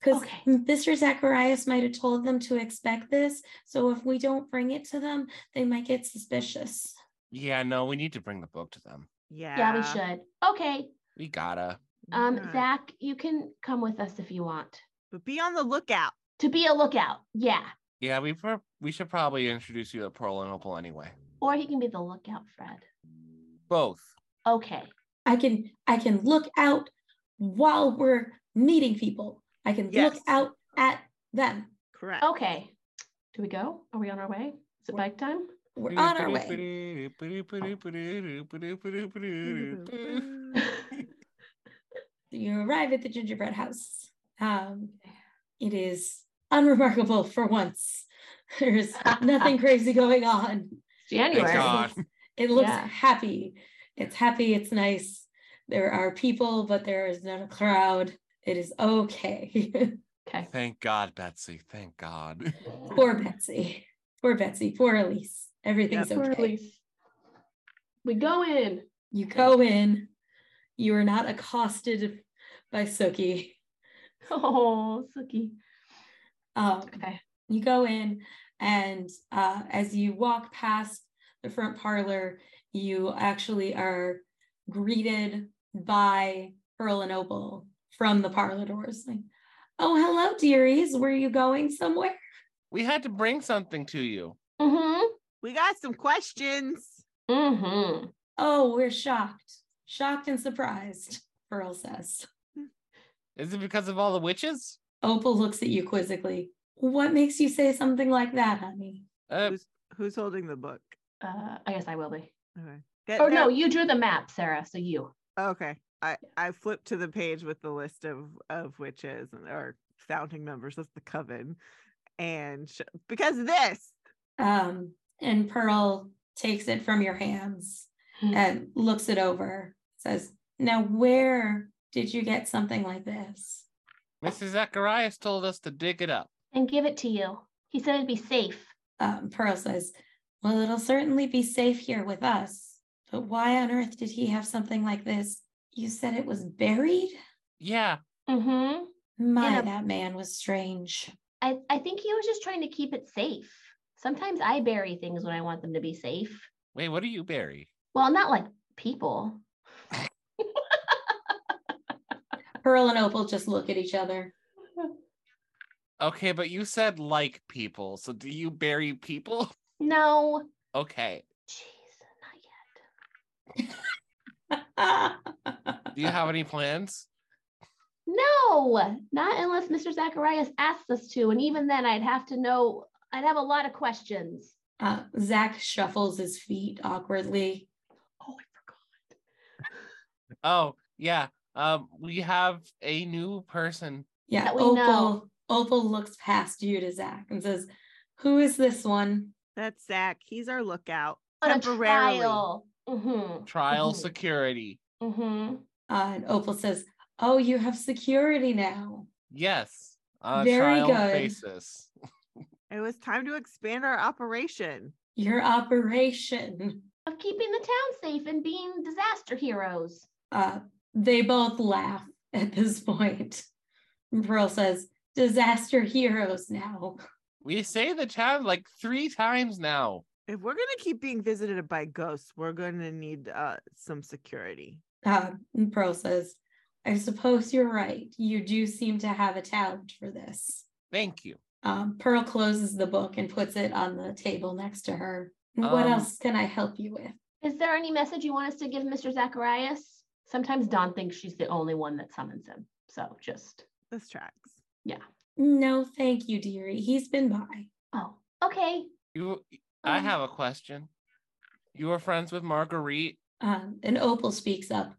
Speaker 2: Because
Speaker 1: Okay.
Speaker 2: Mr. Zacharias might have told them to expect this. So if we don't bring it to them, they might get suspicious.
Speaker 4: Yeah, no, we need to bring the book to them.
Speaker 3: Yeah.
Speaker 1: Yeah, we should. Okay.
Speaker 4: We gotta.
Speaker 1: Um,
Speaker 3: Yeah.
Speaker 1: Zach, you can come with us if you want
Speaker 3: But be on the lookout.
Speaker 1: to be a lookout. Yeah,
Speaker 4: Yeah, we pro- we should probably introduce you to Pearl and Opal anyway.
Speaker 1: or he can be the lookout, Fred.
Speaker 4: Both.
Speaker 1: Okay.
Speaker 2: I can I can look out while we're meeting people. I can
Speaker 3: Yes.
Speaker 2: look out at them.
Speaker 3: Correct.
Speaker 1: Okay. Do we go? Are we on our way? Is it bike time?
Speaker 2: We're on our way. Oh.
Speaker 3: Mm-hmm.
Speaker 2: Mm-hmm.
Speaker 1: Mm-hmm.
Speaker 2: you arrive at the gingerbread house. Um, it is unremarkable for once. There's nothing crazy going on.
Speaker 1: It's
Speaker 4: Thank
Speaker 1: January.
Speaker 4: God.
Speaker 2: It looks
Speaker 1: Yeah.
Speaker 2: happy. It's happy. It's nice. There are people, but there is not a crowd. It is okay.
Speaker 1: Okay.
Speaker 4: Thank God, Betsy. Thank God.
Speaker 2: poor Betsy. Poor Betsy. Poor Elise. Everything's
Speaker 1: Poor
Speaker 2: okay.
Speaker 1: Elise. We go in.
Speaker 2: You go in. You are not accosted by Soki.
Speaker 1: Oh, Suki.
Speaker 2: Um,
Speaker 1: Okay.
Speaker 2: you go in and uh, as you walk past the front parlor you actually are greeted by pearl and opal from the parlor doors like oh hello dearies were you going somewhere
Speaker 4: We had to bring something to you.
Speaker 1: Mhm.
Speaker 3: We got some questions.
Speaker 1: Mhm.
Speaker 2: oh we're shocked shocked and surprised pearl says
Speaker 4: Is it because of all the witches?
Speaker 2: opal looks at you quizzically what makes you say something like that honey
Speaker 4: Uh,
Speaker 3: Who's who's holding the book?
Speaker 1: Uh, I guess I will be.
Speaker 3: Okay. Get
Speaker 1: Oh
Speaker 3: there.
Speaker 1: no, you drew the map, Sarah. So you.
Speaker 3: Okay. I I flipped to the page with the list of of witches and or founding members of the coven, and sh- because of this,
Speaker 2: um, and pearl takes it from your hands and looks it over, says, Now, where did you get something like this?
Speaker 4: Mrs. Zacharias told us to dig it up.
Speaker 1: and give it to you. He said it'd be safe.
Speaker 2: Um, Pearl says, Well, it'll certainly be safe here with us. But why on earth did he have something like this? You said it was buried?
Speaker 4: Yeah,
Speaker 1: Mm-hmm.
Speaker 2: My,
Speaker 1: Yeah.
Speaker 2: that man was strange.
Speaker 1: I, I think he was just trying to keep it safe. Sometimes I bury things when I want them to be safe.
Speaker 4: Wait, what do you bury?
Speaker 1: Well, not like people.
Speaker 2: Pearl and Opal just look at each other.
Speaker 4: Okay, but you said like people. So do you bury people?
Speaker 1: No.
Speaker 4: Okay.
Speaker 1: Jeez, not yet.
Speaker 2: Uh,
Speaker 4: Do you have any plans?
Speaker 1: No, not unless Mr. Zacharias asks us to. And even then, I'd have to know, I'd have a lot of questions.
Speaker 2: uh, Zach shuffles his feet awkwardly.
Speaker 1: Oh, I forgot.
Speaker 4: Oh, yeah. Um, we have a new person.
Speaker 2: Yeah,
Speaker 1: That we
Speaker 2: Opal.
Speaker 1: know.
Speaker 2: Opal looks past you to Zach and says, "Who is this one?"
Speaker 3: That's Zach. He's our lookout.
Speaker 1: On a
Speaker 3: Temporarily.
Speaker 1: trial. Mm-hmm.
Speaker 4: Trial
Speaker 1: Mhm.
Speaker 4: security.
Speaker 1: Mm-hmm.
Speaker 2: Uh, and Opal says, "Oh, you have security now."
Speaker 4: Yes. On a
Speaker 2: Very
Speaker 4: trial
Speaker 2: good.
Speaker 4: basis.
Speaker 3: It was time to expand our operation.
Speaker 2: Your operation.
Speaker 1: Of keeping the town safe and being disaster heroes.
Speaker 2: Uh, they both laugh at this point. And Pearl says, "Disaster heroes now."
Speaker 4: We say the town like three times now.
Speaker 3: If we're gonna keep being visited by ghosts, we're gonna need uh some security.
Speaker 2: Uh, and Pearl says, "I suppose you're right. You do seem to have a talent for this."
Speaker 4: Thank you.
Speaker 2: Um, Pearl closes the book and puts it on the table next to her. What
Speaker 4: Um,
Speaker 2: else can I help you with?
Speaker 1: Is there any message you want us to give Mr. Zacharias? Sometimes Dawn thinks she's the only one that summons him. So just,
Speaker 3: This tracks.
Speaker 2: No, thank you, dearie. He's been by.
Speaker 1: oh, okay.
Speaker 4: You I
Speaker 2: Um,
Speaker 4: have a question. You were friends with Marguerite.
Speaker 2: Um, and Opal speaks up.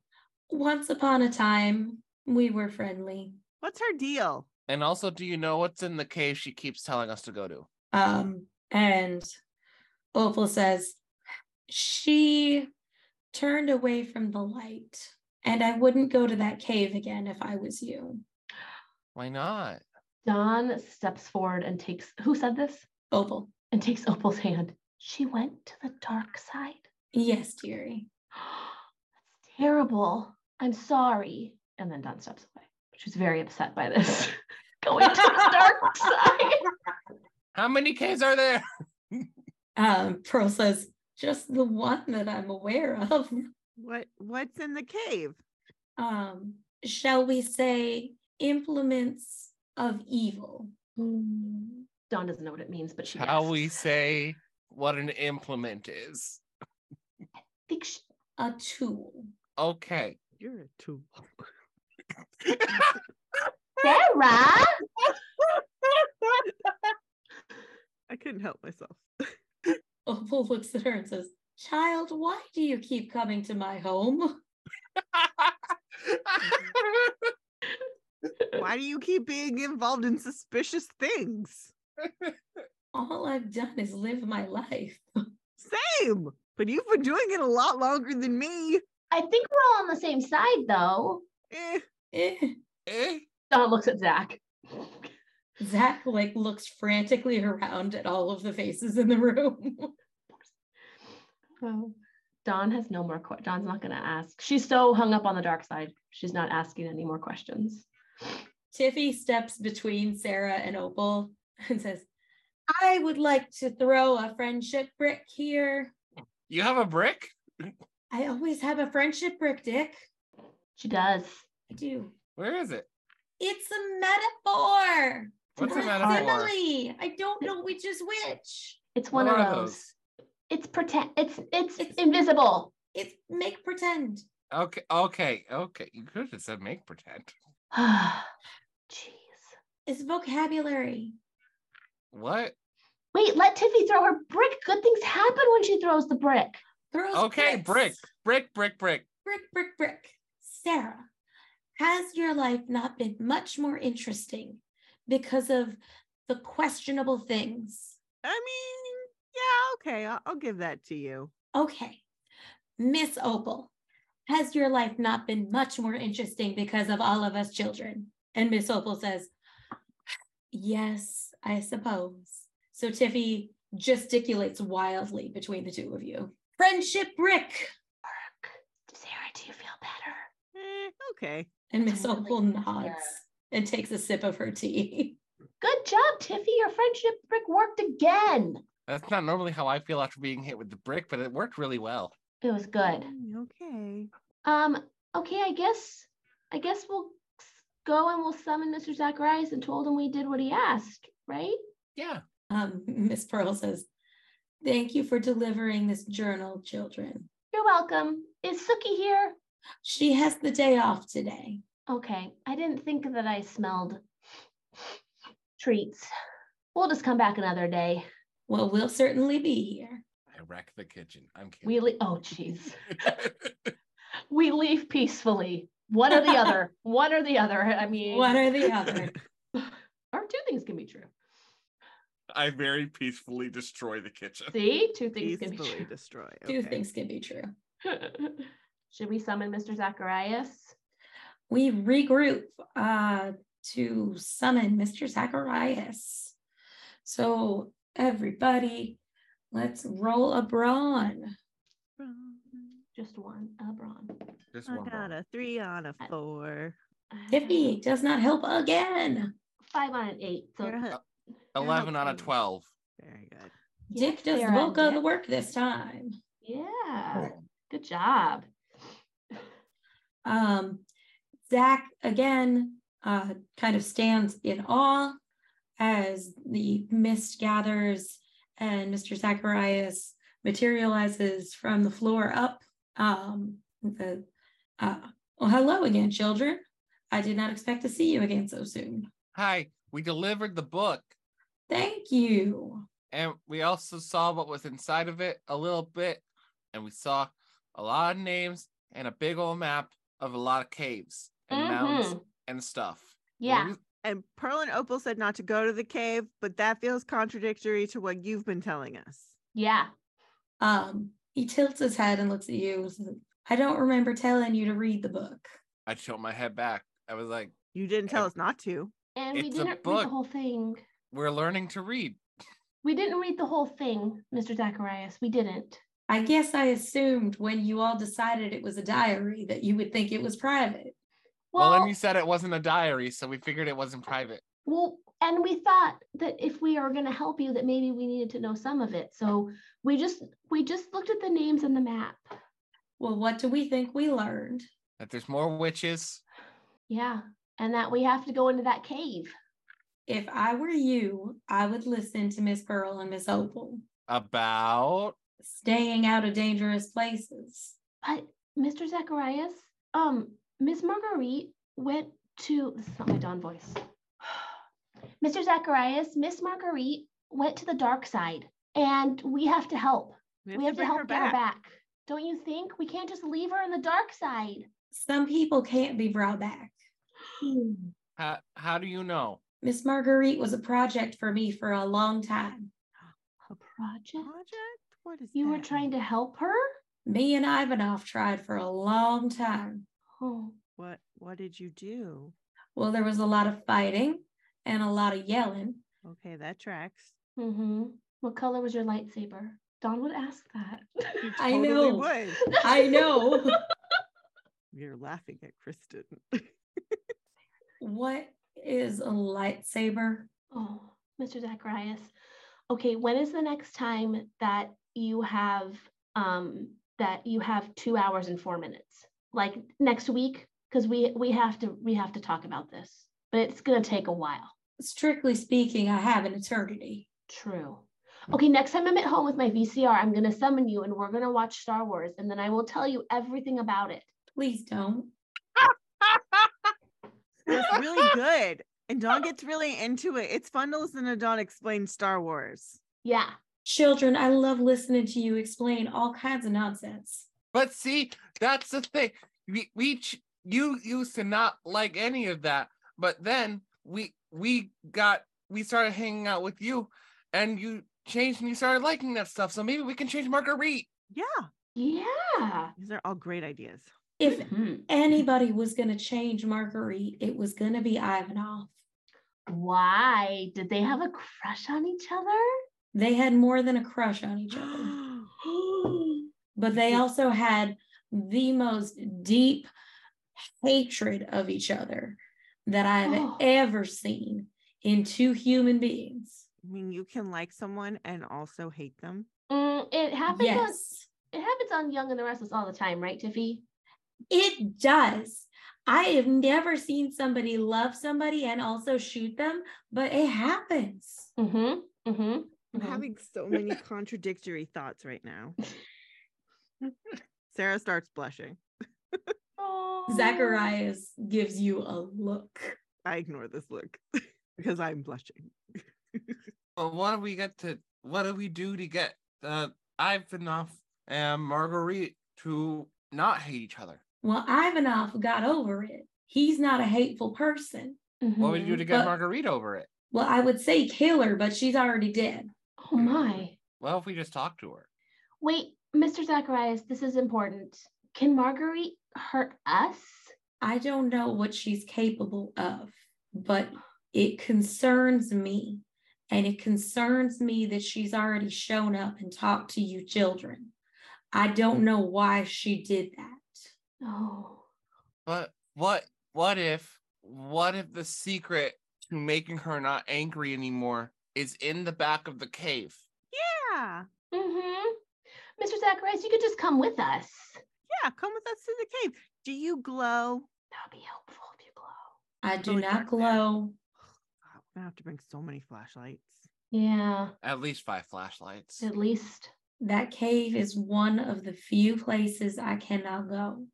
Speaker 2: Once upon a time, we were friendly.
Speaker 3: What's her deal?
Speaker 4: And also, do you know what's in the cave she keeps telling us to go to?
Speaker 2: Um, and Opal says, She turned away from the light, and I wouldn't go to that cave again if I was you.
Speaker 4: Why not?
Speaker 1: Dawn steps forward and takes, who said this?
Speaker 2: Opal,
Speaker 1: And takes Opal's hand. She went to the dark side.
Speaker 2: yes, dearie.
Speaker 1: That's terrible. I'm sorry. And then Dawn steps away. She's very upset by this. Going to the dark side.
Speaker 4: How many caves are there?
Speaker 2: Um, Pearl says, just the one that I'm aware of.
Speaker 3: What what's in the cave?
Speaker 2: Um, shall we say implements of evil?
Speaker 1: Mm, Dawn doesn't know what it means, but she
Speaker 4: How
Speaker 1: guessed.
Speaker 4: we say what an implement is.
Speaker 1: I think she-
Speaker 2: A tool.
Speaker 4: Okay.
Speaker 3: You're a tool.
Speaker 1: Sarah,
Speaker 3: I couldn't help myself.
Speaker 2: Opal Oh, looks at her and says, Child, why do you keep coming to my home?
Speaker 3: Why do you keep being involved in suspicious things?
Speaker 2: All I've done is live my life.
Speaker 3: Same, but you've been doing it a lot longer than me.
Speaker 1: I think we're all on the same side though.
Speaker 3: Eh,
Speaker 2: Eh.
Speaker 4: Eh?
Speaker 1: Dawn looks at Zach.
Speaker 2: Zach like looks frantically around at all of the faces in the room.
Speaker 1: Oh. Dawn has no more questions. Dawn's not going to ask. She's so hung up on the dark side. She's not asking any more questions.
Speaker 2: Tiffy steps between Sarah and Opal and says, I would like to throw a friendship brick here.
Speaker 4: you have a brick?
Speaker 2: I always have a friendship brick, Dick.
Speaker 1: She does.
Speaker 2: I do.
Speaker 4: Where is it?
Speaker 2: It's a metaphor.
Speaker 4: What's a
Speaker 2: Not
Speaker 4: metaphor?
Speaker 2: simile. I don't know which is which.
Speaker 1: It's one
Speaker 4: What
Speaker 1: of
Speaker 4: are
Speaker 1: those. It's pretend. It's, it's
Speaker 2: It's-
Speaker 1: invisible.
Speaker 2: It's make pretend.
Speaker 4: Okay, okay, okay. You could have said make pretend.
Speaker 1: Jeez.
Speaker 2: It's vocabulary.
Speaker 4: What?
Speaker 1: Wait, let Tiffy throw her brick. Good things happen when she throws the brick.
Speaker 2: Throws
Speaker 4: Okay, brick,
Speaker 2: bricks.
Speaker 4: brick, brick, brick.
Speaker 2: Brick, brick, brick. Sarah, has your life not been much more interesting because of the questionable things?
Speaker 3: I mean, yeah, okay, I'll, I'll give that to you.
Speaker 2: Okay. Miss Opal, has your life not been much more interesting because of all of us children? And Miss Opal says, Yes, I suppose. So Tiffy gesticulates wildly between the two of you. Friendship brick.
Speaker 1: Sarah, do you feel better?
Speaker 3: Eh, okay.
Speaker 2: And Miss
Speaker 1: Totally.
Speaker 2: Opal nods
Speaker 1: Yeah.
Speaker 2: and takes a sip of her tea.
Speaker 1: Good job, Tiffy. Your friendship brick worked again.
Speaker 4: That's not normally how I feel after being hit with the brick, but it worked really well.
Speaker 1: It was good.
Speaker 3: Mm, Okay.
Speaker 1: Um, okay, I guess I guess we'll s- go and we'll summon Mr. Zacharias and told him we did what he asked, right?
Speaker 4: Yeah.
Speaker 2: Um, Miss Pearl says, Thank you for delivering this journal, children.
Speaker 1: You're welcome. Is Suki here?
Speaker 2: She has the day off today.
Speaker 1: Okay. I didn't think that I smelled treats. We'll just come back another day.
Speaker 2: Well, we'll certainly be here.
Speaker 4: I wreck the kitchen. I'm kidding.
Speaker 1: We le- oh jeez. We leave peacefully. One or the other. One or the other. I mean
Speaker 2: One or the other.
Speaker 1: or two things can be true.
Speaker 4: I very peacefully destroy the kitchen.
Speaker 1: See? Two things can be
Speaker 3: Peacefully
Speaker 1: true.
Speaker 3: destroy.
Speaker 2: Two
Speaker 3: okay.
Speaker 2: things can be true.
Speaker 1: Should we summon Mr. Zacharias?
Speaker 2: We regroup uh, to summon Mr. Zacharias. So, everybody, let's roll a brawn.
Speaker 1: Just one, Abron.
Speaker 4: Just
Speaker 3: I
Speaker 4: one
Speaker 3: got
Speaker 4: more.
Speaker 3: a three on a four.
Speaker 2: Tiffy does not help again.
Speaker 1: Five on an eight. So
Speaker 3: You're a- you're
Speaker 4: Eleven on a
Speaker 3: helping.
Speaker 4: twelve.
Speaker 3: Very good.
Speaker 1: Yeah,
Speaker 2: Dick does the
Speaker 1: Sarah,
Speaker 2: bulk of the
Speaker 1: Dick.
Speaker 2: work this time.
Speaker 1: yeah, good job.
Speaker 2: Um, Zach again uh, kind of stands in awe as the mist gathers and Mr. Zacharias materializes from the floor up. Um, and says, uh, well, hello again, children. I did not expect to see you again so soon.
Speaker 4: Hi, we delivered the book
Speaker 2: Thank you.
Speaker 4: and we also saw what was inside of it a little bit. And we saw a lot of names and a big old map of a lot of caves and mountains
Speaker 1: Mhm.
Speaker 4: and stuff.
Speaker 1: Yeah,
Speaker 4: What do
Speaker 3: And Pearl and Opal said not to go to the cave, but that feels contradictory to what you've been telling us.
Speaker 1: yeah.
Speaker 2: Um, he tilts his head and looks at you. and says, I don't remember telling you to read the book.
Speaker 4: I tilt my head back. I was like,
Speaker 3: You didn't tell
Speaker 4: Ev-
Speaker 3: us not to.
Speaker 1: And we
Speaker 4: It's a
Speaker 1: didn't read
Speaker 4: book.
Speaker 1: the whole thing.
Speaker 4: we're learning to read.
Speaker 1: We didn't read the whole thing, Mr. Zacharias. We didn't.
Speaker 2: I guess I assumed when you all decided it was a diary that you would think it was private.
Speaker 4: Well,
Speaker 1: Well,
Speaker 4: then you said it wasn't a diary, so we figured it wasn't private.
Speaker 1: well, and we thought that if we are going to help you, that maybe we needed to know some of it. So we just we just looked at the names and the map.
Speaker 2: Well, what do we think we learned?
Speaker 4: That there's more witches.
Speaker 1: Yeah, and that we have to go into that cave.
Speaker 2: If I were you, I would listen to Miss Pearl and Miss Opal,
Speaker 4: About
Speaker 2: staying out of dangerous places.
Speaker 1: But Mr. Zacharias, um, Miss Marguerite went to this is not my Don voice. Mr. Zacharias, Miss Marguerite went to the dark side, and we have to help. We have to
Speaker 3: bring
Speaker 1: help get her back. Don't you think? We can't just leave her in the dark side.
Speaker 2: Some people can't be brought back.
Speaker 4: how, how do you know?
Speaker 2: Miss Marguerite was a project for me for a long time.
Speaker 1: A project?
Speaker 3: Project? What is
Speaker 1: You were
Speaker 3: that?
Speaker 1: trying to help her?
Speaker 2: Me and Ivanov tried for a long time.
Speaker 1: Oh,
Speaker 3: What What did you do?
Speaker 2: Well, there was a lot of fighting and a lot of yelling.
Speaker 3: Okay, that tracks.
Speaker 1: mm-hmm. What color was your lightsaber? Don would ask that.
Speaker 3: You
Speaker 2: I
Speaker 3: totally
Speaker 2: know.
Speaker 3: would.
Speaker 2: I know.
Speaker 3: You're laughing at Kristen.
Speaker 2: what is a lightsaber?
Speaker 1: Oh, Mr. Zacharias. Okay, when is the next time that you have um that you have 2 hours and 4 minutes? Like next week because we we have to we have to talk about this. But it's going to take a while.
Speaker 2: Strictly speaking, I have an eternity.
Speaker 1: True. Okay, next time I'm at home with my VCR, I'm going to summon you and we're going to watch Star Wars and then I will tell you everything about it.
Speaker 2: Please don't.
Speaker 3: It's really good. And Dawn gets really into it. It's fun to listen to Dawn explain Star Wars.
Speaker 1: Yeah.
Speaker 2: Children, I love listening to you explain all kinds of nonsense.
Speaker 4: But see, that's the thing. We, we ch- you used to not like any of that, but then we we got we started hanging out with you, and you changed and you started liking that stuff. So maybe we can change Marguerite.
Speaker 3: Yeah.
Speaker 1: Yeah.
Speaker 3: These are all great ideas.
Speaker 2: If
Speaker 1: Mhm.
Speaker 2: anybody was going to change Marguerite, it was going to be Ivanov.
Speaker 1: Why did they have a crush on each other?
Speaker 2: They had more than a crush on each other, but they also had the most deep hatred of each other that I've
Speaker 1: Oh.
Speaker 2: ever seen. into human beings.
Speaker 3: I mean, you can like someone and also hate them.
Speaker 1: Mm, it happens. On,
Speaker 2: Yes,
Speaker 1: it happens on Young and the Restless all the time, right, Tiffy?
Speaker 2: it does. I have never seen somebody love somebody and also shoot them, but it happens.
Speaker 1: Mm-hmm. Mm-hmm.
Speaker 3: I'm
Speaker 1: Mhm.
Speaker 3: having so many contradictory thoughts right now. Sarah starts blushing.
Speaker 2: Zacharias gives you a look.
Speaker 3: I ignore this look because I'm blushing.
Speaker 4: Well, what do we get to? What do we do to get uh, Ivanov and Marguerite to not hate each other?
Speaker 2: Well, Ivanov got over it. He's not a hateful person.
Speaker 1: Mm-hmm.
Speaker 4: What would you
Speaker 1: Mm,
Speaker 4: do to get
Speaker 2: But-
Speaker 4: Marguerite over it?
Speaker 2: Well, I would say kill her, but she's already dead.
Speaker 1: Oh my.
Speaker 4: Well, if we just talk to her,
Speaker 1: Wait, Mr. Zacharias, this is important. Can Marguerite hurt us?
Speaker 2: I don't know what she's capable of, but it concerns me. And it concerns me that she's already shown up and talked to you children. I don't know why she did that.
Speaker 1: Oh.
Speaker 4: but what? What if? What if the secret to making her not angry anymore is in the back of the cave?
Speaker 3: Yeah.
Speaker 1: Mm-hmm. Mr. Zacharias, you could just come with us.
Speaker 3: Yeah. Come with us to the cave. Do you glow?
Speaker 1: That would be helpful if you glow.
Speaker 2: I do
Speaker 4: Oh,
Speaker 3: really
Speaker 2: not
Speaker 3: dark there.
Speaker 2: glow.
Speaker 3: God, we're gonna have to bring so many flashlights.
Speaker 1: Yeah,
Speaker 4: At least five flashlights.
Speaker 1: at least.
Speaker 2: That cave is one of the few places I cannot go.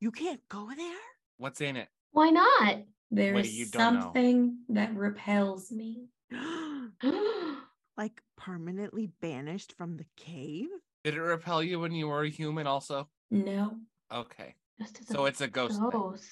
Speaker 3: You can't go there.
Speaker 4: What's in it?
Speaker 1: Why not?
Speaker 2: There
Speaker 4: Wait,
Speaker 2: is
Speaker 4: you don't know.
Speaker 2: something that repels me.
Speaker 3: like permanently banished from the cave.
Speaker 4: Did it repel you when you were a human? Also,
Speaker 2: No,
Speaker 4: okay.
Speaker 1: just as
Speaker 4: So
Speaker 1: a
Speaker 4: it's a ghost.
Speaker 1: ghost.
Speaker 4: thing.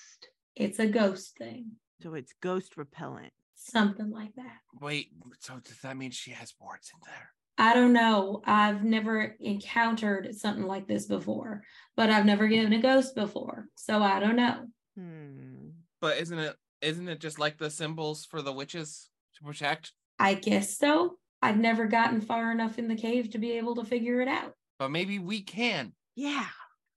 Speaker 2: it's a ghost thing,
Speaker 3: So it's ghost repellent.
Speaker 2: something like that.
Speaker 4: Wait. So does that mean she has wards in there?
Speaker 2: I don't know. I've never encountered something like this before, but I've never given a ghost before. So I don't know.
Speaker 3: Hmm.
Speaker 4: But isn't it isn't it just like the symbols for the witches to protect?
Speaker 2: I guess so. I've never gotten far enough in the cave to be able to figure it out.
Speaker 4: But maybe we can.
Speaker 3: Yeah.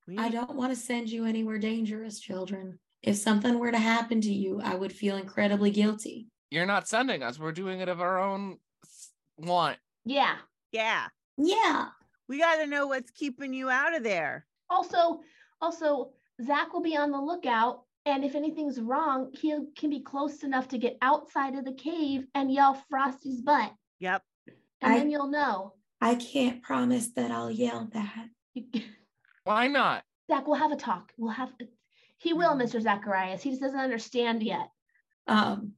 Speaker 3: We
Speaker 2: I
Speaker 3: need-
Speaker 2: don't want to send you anywhere dangerous, children. If something were to happen to you, I would feel incredibly guilty.
Speaker 4: You're not sending us. We're doing it of our own s- want.
Speaker 1: Yeah.
Speaker 3: Yeah.
Speaker 2: Yeah.
Speaker 3: We got to know what's keeping you out of there.
Speaker 1: Also, also, Zach will be on the lookout. And if anything's wrong, he can be close enough to get outside of the cave and yell Frosty's butt.
Speaker 3: Yep.
Speaker 1: And
Speaker 2: I-
Speaker 1: then you'll know.
Speaker 2: I can't promise that I'll yell that.
Speaker 4: Why not?
Speaker 1: Zach, we'll have a talk. We'll have. He will,
Speaker 3: Mhm.
Speaker 1: Mr. Zacharias. He just doesn't understand yet.
Speaker 2: Um,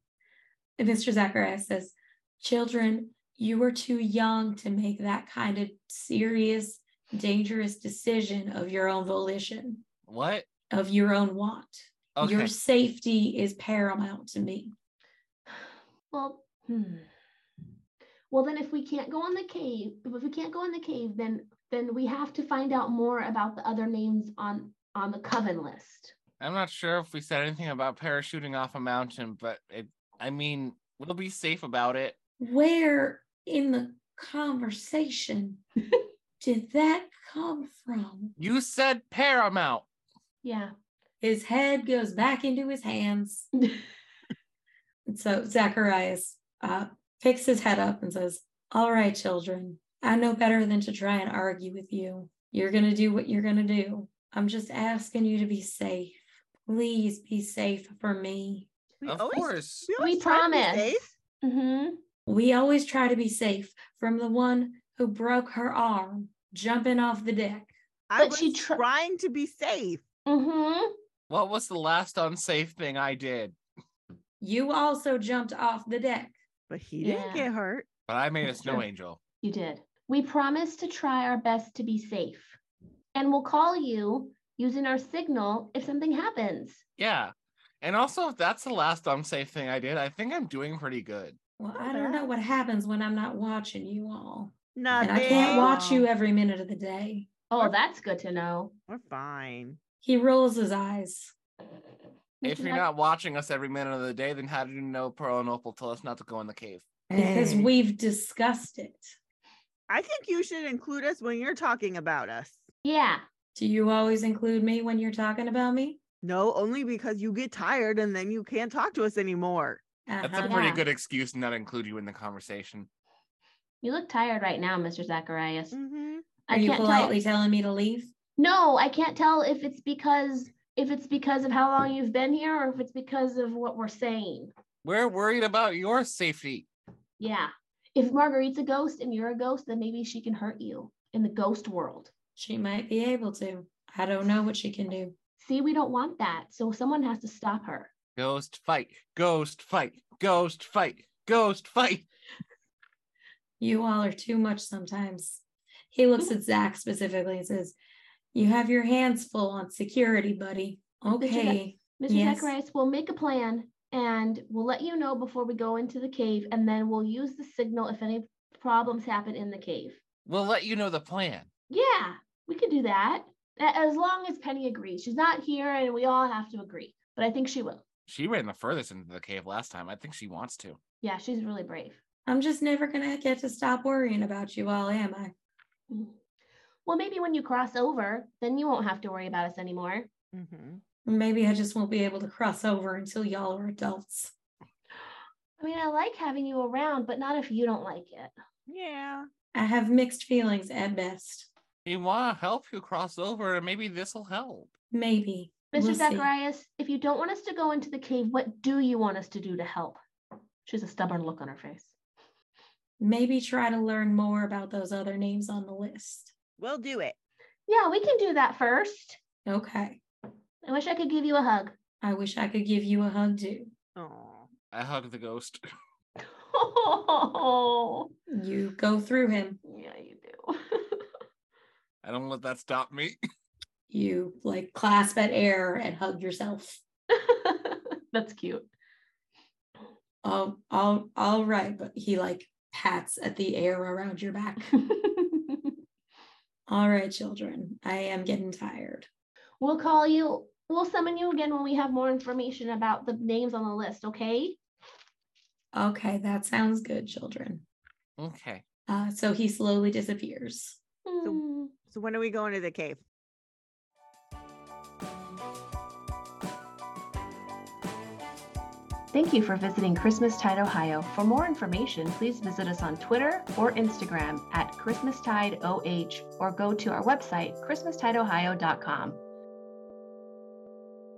Speaker 2: and Mr. Zacharias says, Children, you were too young to make that kind of serious, dangerous decision of your own volition,
Speaker 4: What?
Speaker 2: of your own want.
Speaker 4: Okay.
Speaker 2: Your safety is paramount to me.
Speaker 1: Well, hmm. Well, then, if we can't go in the cave, if we can't go in the cave, then then we have to find out more about the other names on on the coven list.
Speaker 4: I'm not sure if we said anything about parachuting off a mountain, but it, I mean, we'll be safe about it.
Speaker 2: Where in the conversation did that come from?
Speaker 4: You said paramount.
Speaker 1: Yeah.
Speaker 2: His head goes back into his hands. And so Zacharias uh, picks his head up and says, All right, children, I know better than to try and argue with you. You're going to do what you're going to do. I'm just asking you to be safe. Please be safe for me.
Speaker 3: We
Speaker 4: of
Speaker 3: always-
Speaker 4: course.
Speaker 1: We
Speaker 3: always try to be
Speaker 1: promise.
Speaker 3: safe.
Speaker 1: hmm
Speaker 2: We always try to be safe from the one who broke her arm jumping off the deck.
Speaker 3: I
Speaker 1: But
Speaker 3: was
Speaker 1: she tr-
Speaker 3: trying to be safe.
Speaker 1: hmm
Speaker 4: What was the last unsafe thing I did?
Speaker 2: You also jumped off the deck.
Speaker 3: But he
Speaker 1: Yeah.
Speaker 3: didn't get hurt.
Speaker 4: But I made a
Speaker 2: That's
Speaker 4: snow
Speaker 2: true.
Speaker 4: angel.
Speaker 1: You did. We promise to try our best to be safe, and we'll call you using our signal if something happens.
Speaker 4: Yeah. And also, if that's the last unsafe thing I did, I think I'm doing pretty good.
Speaker 2: Well, I don't know what happens when I'm not watching you all.
Speaker 3: Nothing.
Speaker 2: And I can't watch you e
Speaker 1: Wow.
Speaker 2: every minute of the day.
Speaker 1: Oh, that's good to know.
Speaker 3: We're fine.
Speaker 2: He rolls his eyes.
Speaker 4: If
Speaker 1: Mr.
Speaker 4: you're
Speaker 1: Zac-
Speaker 4: not watching us every minute of the day, then how do you know Pearl and Opal told us not to go in the cave?
Speaker 2: because
Speaker 3: Hey.
Speaker 2: we've discussed it.
Speaker 3: I think you should include us when you're talking about us.
Speaker 1: yeah,
Speaker 2: Do you always include me when you're talking about me?
Speaker 3: No, only because you get tired and then you can't talk to us anymore.
Speaker 4: That's
Speaker 2: Uh-huh.
Speaker 4: a pretty
Speaker 1: Yeah.
Speaker 4: good excuse to not include you in the conversation.
Speaker 1: You look tired right now, Mr. Zacharias.
Speaker 3: hmm
Speaker 2: Are
Speaker 1: I
Speaker 2: you
Speaker 1: can't
Speaker 2: politely
Speaker 1: tell.
Speaker 2: telling me to leave?
Speaker 1: No, I can't tell if it's because if it's because of how long you've been here or if it's because of what we're saying.
Speaker 4: We're worried about your safety.
Speaker 1: Yeah. If Marguerite's a ghost and you're a ghost, then maybe she can hurt you in the ghost world.
Speaker 2: She might be able to. I don't know what she can do.
Speaker 1: See, we don't want that. So someone has to stop her.
Speaker 4: Ghost fight, ghost fight, ghost fight, ghost fight.
Speaker 2: You all are too much sometimes. He looks at Zach specifically and says, You have your hands full on security, buddy.
Speaker 1: you got-
Speaker 2: Okay.
Speaker 1: Mr.
Speaker 2: Yes.
Speaker 1: Zacharias, we'll make a plan and we'll let you know before we go into the cave, and then we'll use the signal if any problems happen in the cave.
Speaker 4: We'll let you know the plan.
Speaker 1: Yeah, we could do that. A- As long as Penny agrees. She's not here and we all have to agree, but I think she will.
Speaker 4: She ran the furthest into the cave last time. I think she wants to.
Speaker 1: Yeah, she's really brave.
Speaker 2: I'm just never going to get to stop worrying about you all, am I?
Speaker 1: Mm. Well, maybe when you cross over, then you won't have to worry about us anymore.
Speaker 2: mm-hmm.
Speaker 3: hmm
Speaker 2: Maybe I just won't be able to cross over until y'all are adults.
Speaker 1: I mean, I like having you around, but not if you don't like it.
Speaker 3: Yeah.
Speaker 2: I have mixed feelings at best.
Speaker 4: We want to help you cross over, and maybe this will help.
Speaker 2: Maybe.
Speaker 1: mister
Speaker 2: We'll see.
Speaker 1: Zacharias, if you don't want us to go into the cave, what do you want us to do to help? She has a stubborn look on her face.
Speaker 2: Maybe try to learn more about those other names on the list.
Speaker 3: We'll do it.
Speaker 1: Yeah, we can do that first.
Speaker 2: Okay.
Speaker 1: I wish I could give you a hug.
Speaker 2: I wish I could give you a hug too.
Speaker 3: Oh.
Speaker 4: I hug the ghost.
Speaker 1: Oh,
Speaker 2: You go through him.
Speaker 1: yeah, you do.
Speaker 4: I don't let that stop me.
Speaker 2: You like clasp at air and hug yourself.
Speaker 1: That's cute.
Speaker 2: Oh, all, all right. But he like pats at the air around your back. all right, children. I am getting tired.
Speaker 1: we'll call you, we'll summon you again when we have more information about the names on the list, okay?
Speaker 2: Okay, that sounds good, children.
Speaker 4: Okay.
Speaker 2: Uh, so he slowly disappears.
Speaker 1: Hmm.
Speaker 3: So when are we going to the cave?
Speaker 1: Thank you for visiting Christmastide Ohio. For more information, please visit us on Twitter or Instagram at ChristmastideOH or go to our website, ChristmastideOhio.com.